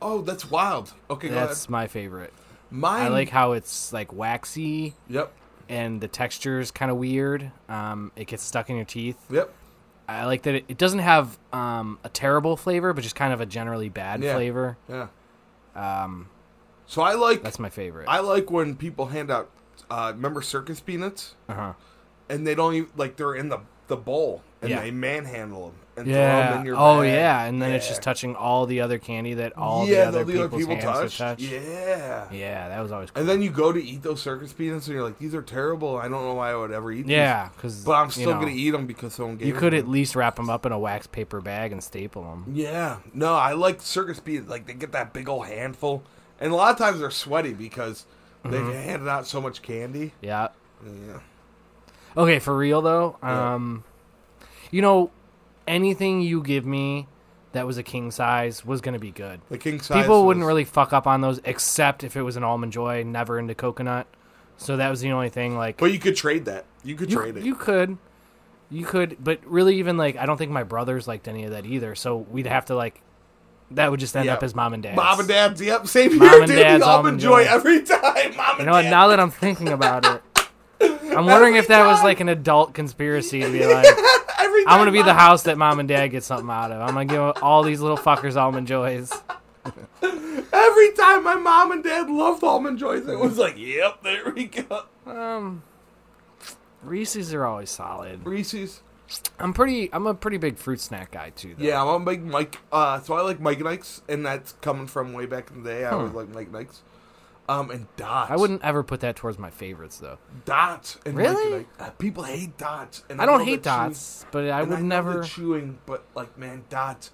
A: Oh, that's wild. Okay, go ahead.
B: That's my favorite.
A: mine.
B: I like how it's like waxy
A: Yep,
B: and the texture is kind of weird. Um, it gets stuck in your teeth.
A: yep.
B: I like that it, it doesn't have um, a terrible flavor, but just kind of a generally bad
A: Yeah.
B: flavor.
A: Yeah.
B: Um,
A: So I like.
B: that's my favorite.
A: I like when people hand out. Uh, remember circus peanuts,
B: uh-huh.
A: and they don't even like they're in the the bowl, and
B: Yeah.
A: they manhandle them and throw them
B: Yeah.
A: in your.
B: Oh
A: bag.
B: yeah, and then it's
A: Yeah.
B: just touching all the other candy that all
A: yeah,
B: the other
A: the other
B: people's
A: people
B: hands
A: touch.
B: have touched.
A: Yeah.
B: Yeah, that was always. Cool.
A: And then you go to eat those circus peanuts, and you're like, "These are terrible. I don't know why I would ever eat these."
B: yeah, because
A: But I'm still gonna eat them because someone gave.
B: You
A: them
B: could
A: to me.
B: at least wrap them up in a wax paper bag and staple them.
A: Yeah, no, I like circus peanuts. Like they get that big old handful, and a lot of times they're sweaty because
B: Mm-hmm.
A: they've handed out so much candy.
B: Yeah.
A: Yeah,
B: Okay, for real though.
A: Yeah.
B: Um, you know, anything you give me that was a king size was gonna be good.
A: the king size.
B: People wouldn't
A: was-
B: really fuck up on those, except if it was an almond joy, never into coconut. So that was the only thing. Like
A: but you could trade that. You could trade it.
B: you could, you could, but really, even like I don't think my brothers liked any of that either. So we'd have to like, that would just end
A: Yeah.
B: up as mom and dad.
A: Mom and dad's, yep, same
B: Mom
A: here,
B: and
A: dude.
B: Dad's
A: we all
B: almond
A: enjoy
B: joy.
A: every time. Mom and
B: You know what?
A: dad.
B: Now that I'm thinking about it, I'm wondering if that was like an adult conspiracy to be like,
A: every time
B: I'm gonna be the
A: Mom-
B: house that mom and dad get something out of. I'm gonna give all these little fuckers almond joys.
A: every time my mom and dad loved almond joys. It was like, yep, there we go.
B: Um, Reese's are always solid.
A: Reese's.
B: I'm pretty. I'm a pretty big fruit snack guy too. Though.
A: Yeah, I'm a big Mike. Uh, so I like Mike and Ike's, and that's coming from way back in the day. I always like Mike and Ike's. Um, and Dots.
B: I wouldn't ever put that towards my favorites though.
A: Dots. And
B: Really?
A: Like, like, uh, people hate Dots. And
B: I don't
A: know
B: hate
A: the chew-
B: dots, but I
A: and
B: would
A: know
B: never.
A: the chewing, but like man, Dots.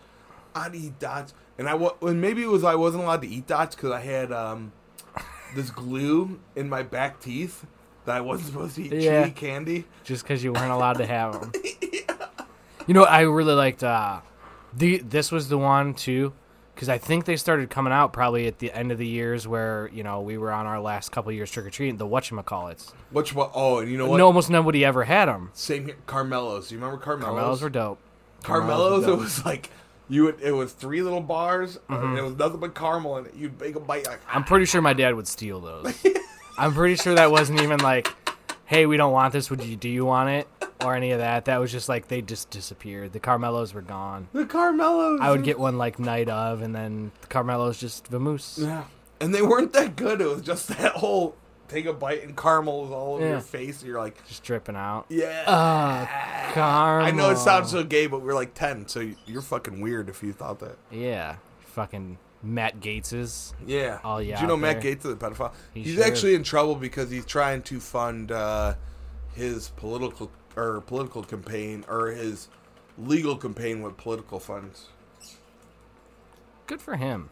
A: I'd eat Dots, and I wa- and maybe it was I wasn't allowed to eat Dots because I had um this glue in my back teeth that I wasn't supposed to eat
B: Yeah.
A: chewy candy.
B: just because you weren't allowed to have them. You know, I really liked uh, the. This was the one too, because I think they started coming out probably at the end of the years where you know we were on our last couple years trick or treating. The whatchamacallits.
A: Which what? Oh, and you know what?
B: No, almost nobody ever had them.
A: Same here. Carmelos. You remember Carmelos?
B: Carmelos were dope.
A: Carmelo's, it
B: were dope.
A: was like you. Would, it was three little bars, uh, and it was nothing but caramel in it. You'd make a bite like,
B: Mm-hmm. I'm pretty sure my dad would steal those. I'm pretty sure that wasn't even like, hey, we don't want this. Would you do you want it or any of that? That was just like they just disappeared. The Carmelos were gone.
A: the Carmelos.
B: I would get one like night of, and then the Carmelos just vamoose.
A: Yeah, and they weren't that good. It was just that whole take a bite and caramel was all over
B: Yeah.
A: your face. And you're like,
B: just dripping out.
A: yeah.
B: Ah, caramel.
A: I know it sounds so gay, but we are like ten, so y- you're fucking weird if you thought that.
B: Yeah, fucking Matt Gateses.
A: Yeah.
B: Oh, yeah,
A: Do you know
B: out
A: Matt
B: there.
A: Gates is a pedophile?
B: He
A: he's
B: sure is.
A: actually in trouble because he's trying to fund uh, his political or political campaign or his legal campaign with political funds.
B: Good for him.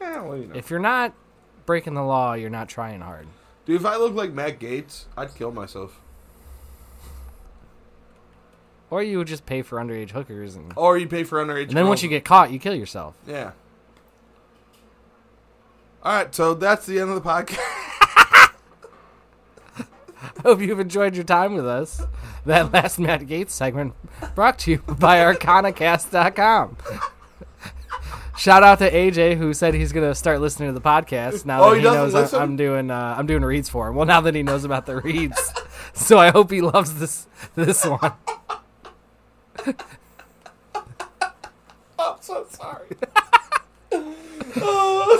B: Eh,
A: Yeah, well, you know.
B: If you're not breaking the law, you're not trying hard.
A: Dude, if I look like Matt Gates, I'd kill myself.
B: Or you would just pay for underage hookers, and,
A: Or you pay for underage.
B: and then once
A: girls.
B: you get caught, you kill yourself.
A: yeah. All right, so that's the end of the podcast.
B: Hope you've enjoyed your time with us. That last Matt Gates segment brought to you by Arcanacast.com. Shout out to AJ who said he's gonna start listening to the podcast now
A: Oh,
B: that
A: he
B: he,
A: doesn't
B: knows I-
A: listen?
B: I'm doing uh, I'm doing reads for him. Well, now that he knows about the reads, so I hope he loves this this one.
A: I'm so sorry.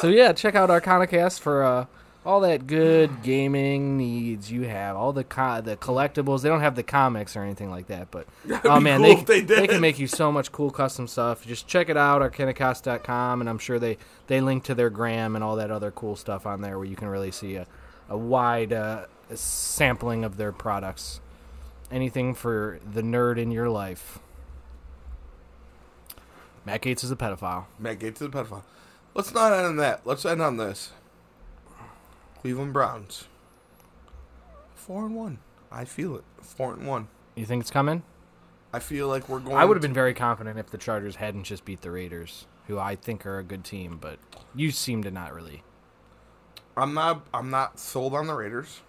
B: So yeah, check out Arcanacast for uh, all that good gaming needs you have. All the co- the collectibles. They don't have the comics or anything like that, but oh
A: be
B: man,
A: cool
B: they,
A: if they did.
B: can make you so much cool custom stuff. Just check it out arcanacast.com and I'm sure they they link to their gram and all that other cool stuff on there where you can really see a a wide uh, sampling of their products. Anything for the nerd in your life. Matt Gates is a pedophile.
A: Matt Gates is a pedophile. Let's not end on that. Let's end on this. Cleveland Browns. Four and one. I feel it. Four and one.
B: You think it's coming?
A: I feel like we're going.
B: I would have been very confident if the Chargers hadn't just beat the Raiders, who I think are a good team, but you seem to not really.
A: I'm not. I'm not sold on the Raiders.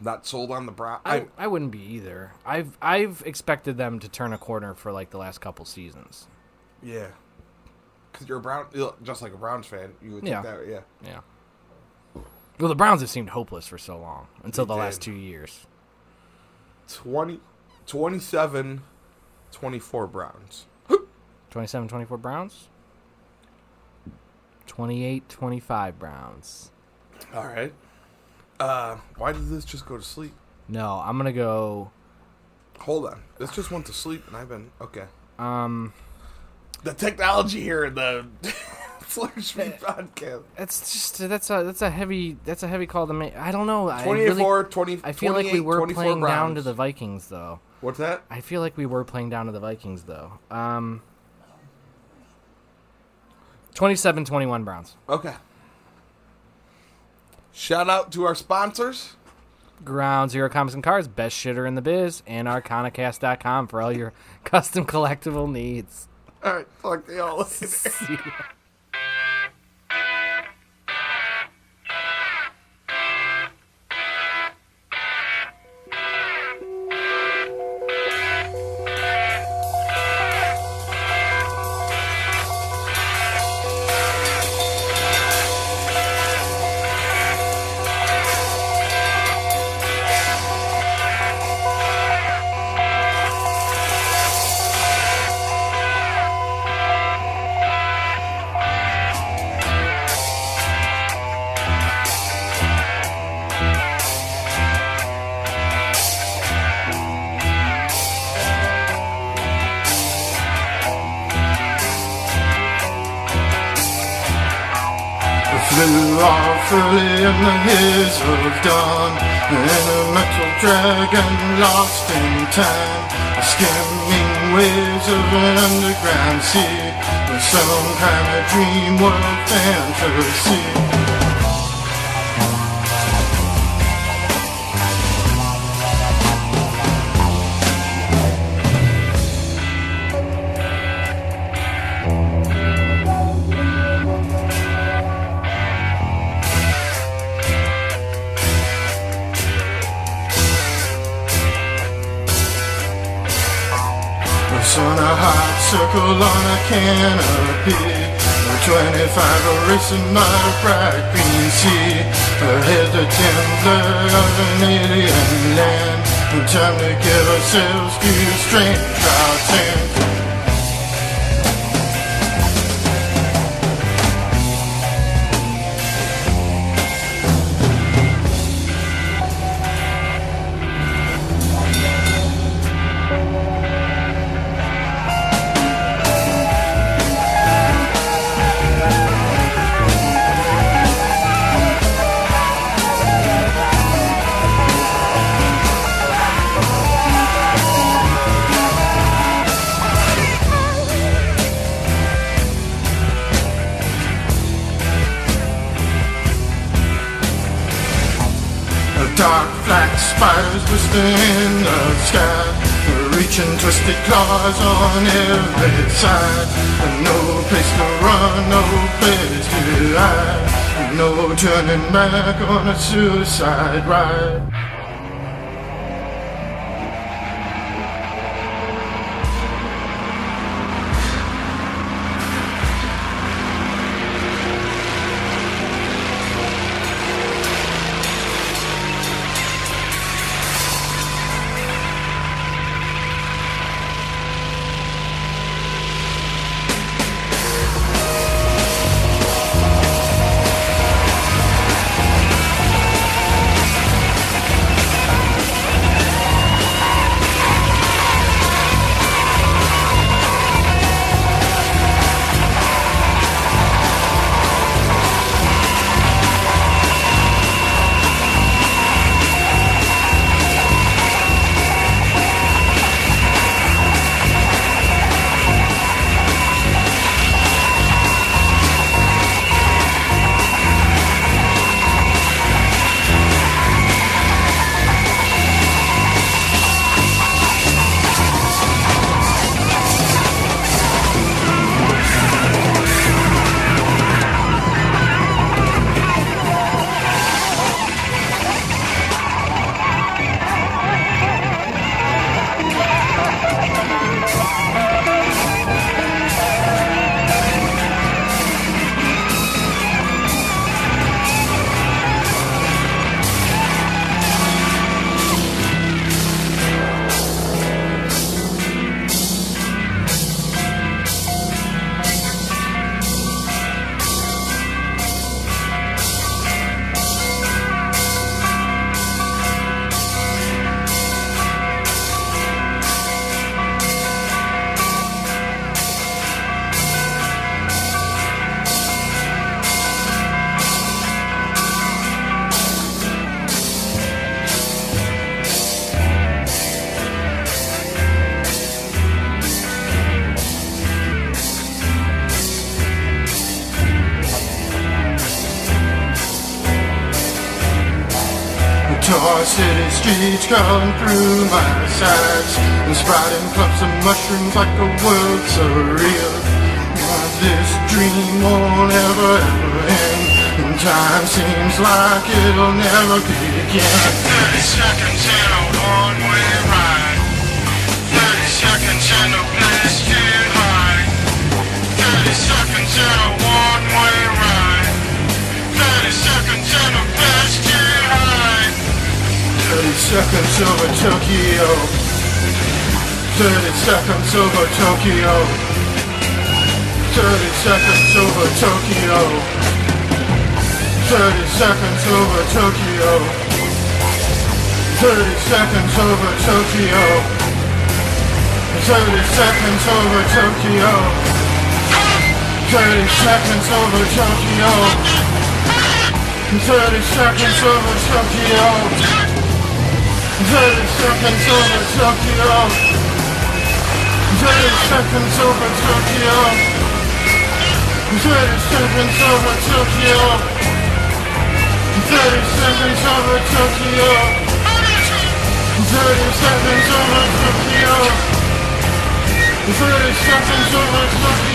A: Not sold on the Browns.
B: I, I wouldn't be either. I've I've expected them to turn a corner for like the last couple seasons.
A: yeah. Because you're a Brown, you're just like a Browns fan, you would think
B: Yeah.
A: that. Yeah.
B: Yeah. Well, the Browns have seemed hopeless for so long until
A: They
B: the
A: did.
B: last two years.
A: 20, 27, 24 Browns.
B: 27-24 Browns. 28-25 Browns.
A: All right. Uh, why did this just go to sleep?
B: No, I'm going to go
A: Hold on. This just went to sleep, and I've been okay.
B: um
A: The technology here in the Flash Me podcast.
B: that's just that's a that's a heavy that's a heavy call to make. I don't know. I really-
A: 24, 20,
B: I feel like
A: 28,
B: we were
A: 24
B: playing down to
A: Browns.
B: the Vikings, though.
A: What's that?
B: I feel like we were playing down to the Vikings, though. Um, 27 21 Browns.
A: Okay. Shout out to our sponsors.
B: Ground Zero Comics and Cars, best shitter in the biz, and Arcanacast.com for all your custom collectible needs.
A: All right, fuck they all. later.
B: See ya.
C: Flew awfully in the hills of dawn In a metal dragon lost in time Skimming waves of an underground sea With some kind of dream world fantasy on a hot circle on a canopy. The 25 are racing by a bright green sea. Ahead the timber of an alien land. No time to give ourselves to strange trials and Dark black spires twisting the sky, reaching twisted claws on every side. No place to run, no place to hide. No turning back on a suicide ride. Tall city streets come through my sides And sprouting clumps of mushrooms like a world surreal Now This dream won't ever, ever end And time seems like it'll never begin 30 seconds in a one-way ride 30 seconds in a place to hide 30 seconds in a one-way ride 30 seconds in a place to hide 30 seconds over Tokyo. 30 seconds over Tokyo. 30 seconds over Tokyo. 30 seconds over Tokyo. 30 seconds over Tokyo. 30 seconds over Tokyo. 30 seconds over Tokyo. 30 seconds over Tokyo. 30 seconds over Tokyo. 30 seconds over Tokyo. 30 seconds over Tokyo. 30 seconds over Tokyo. 30 seconds over Tokyo. 30 seconds over Tokyo.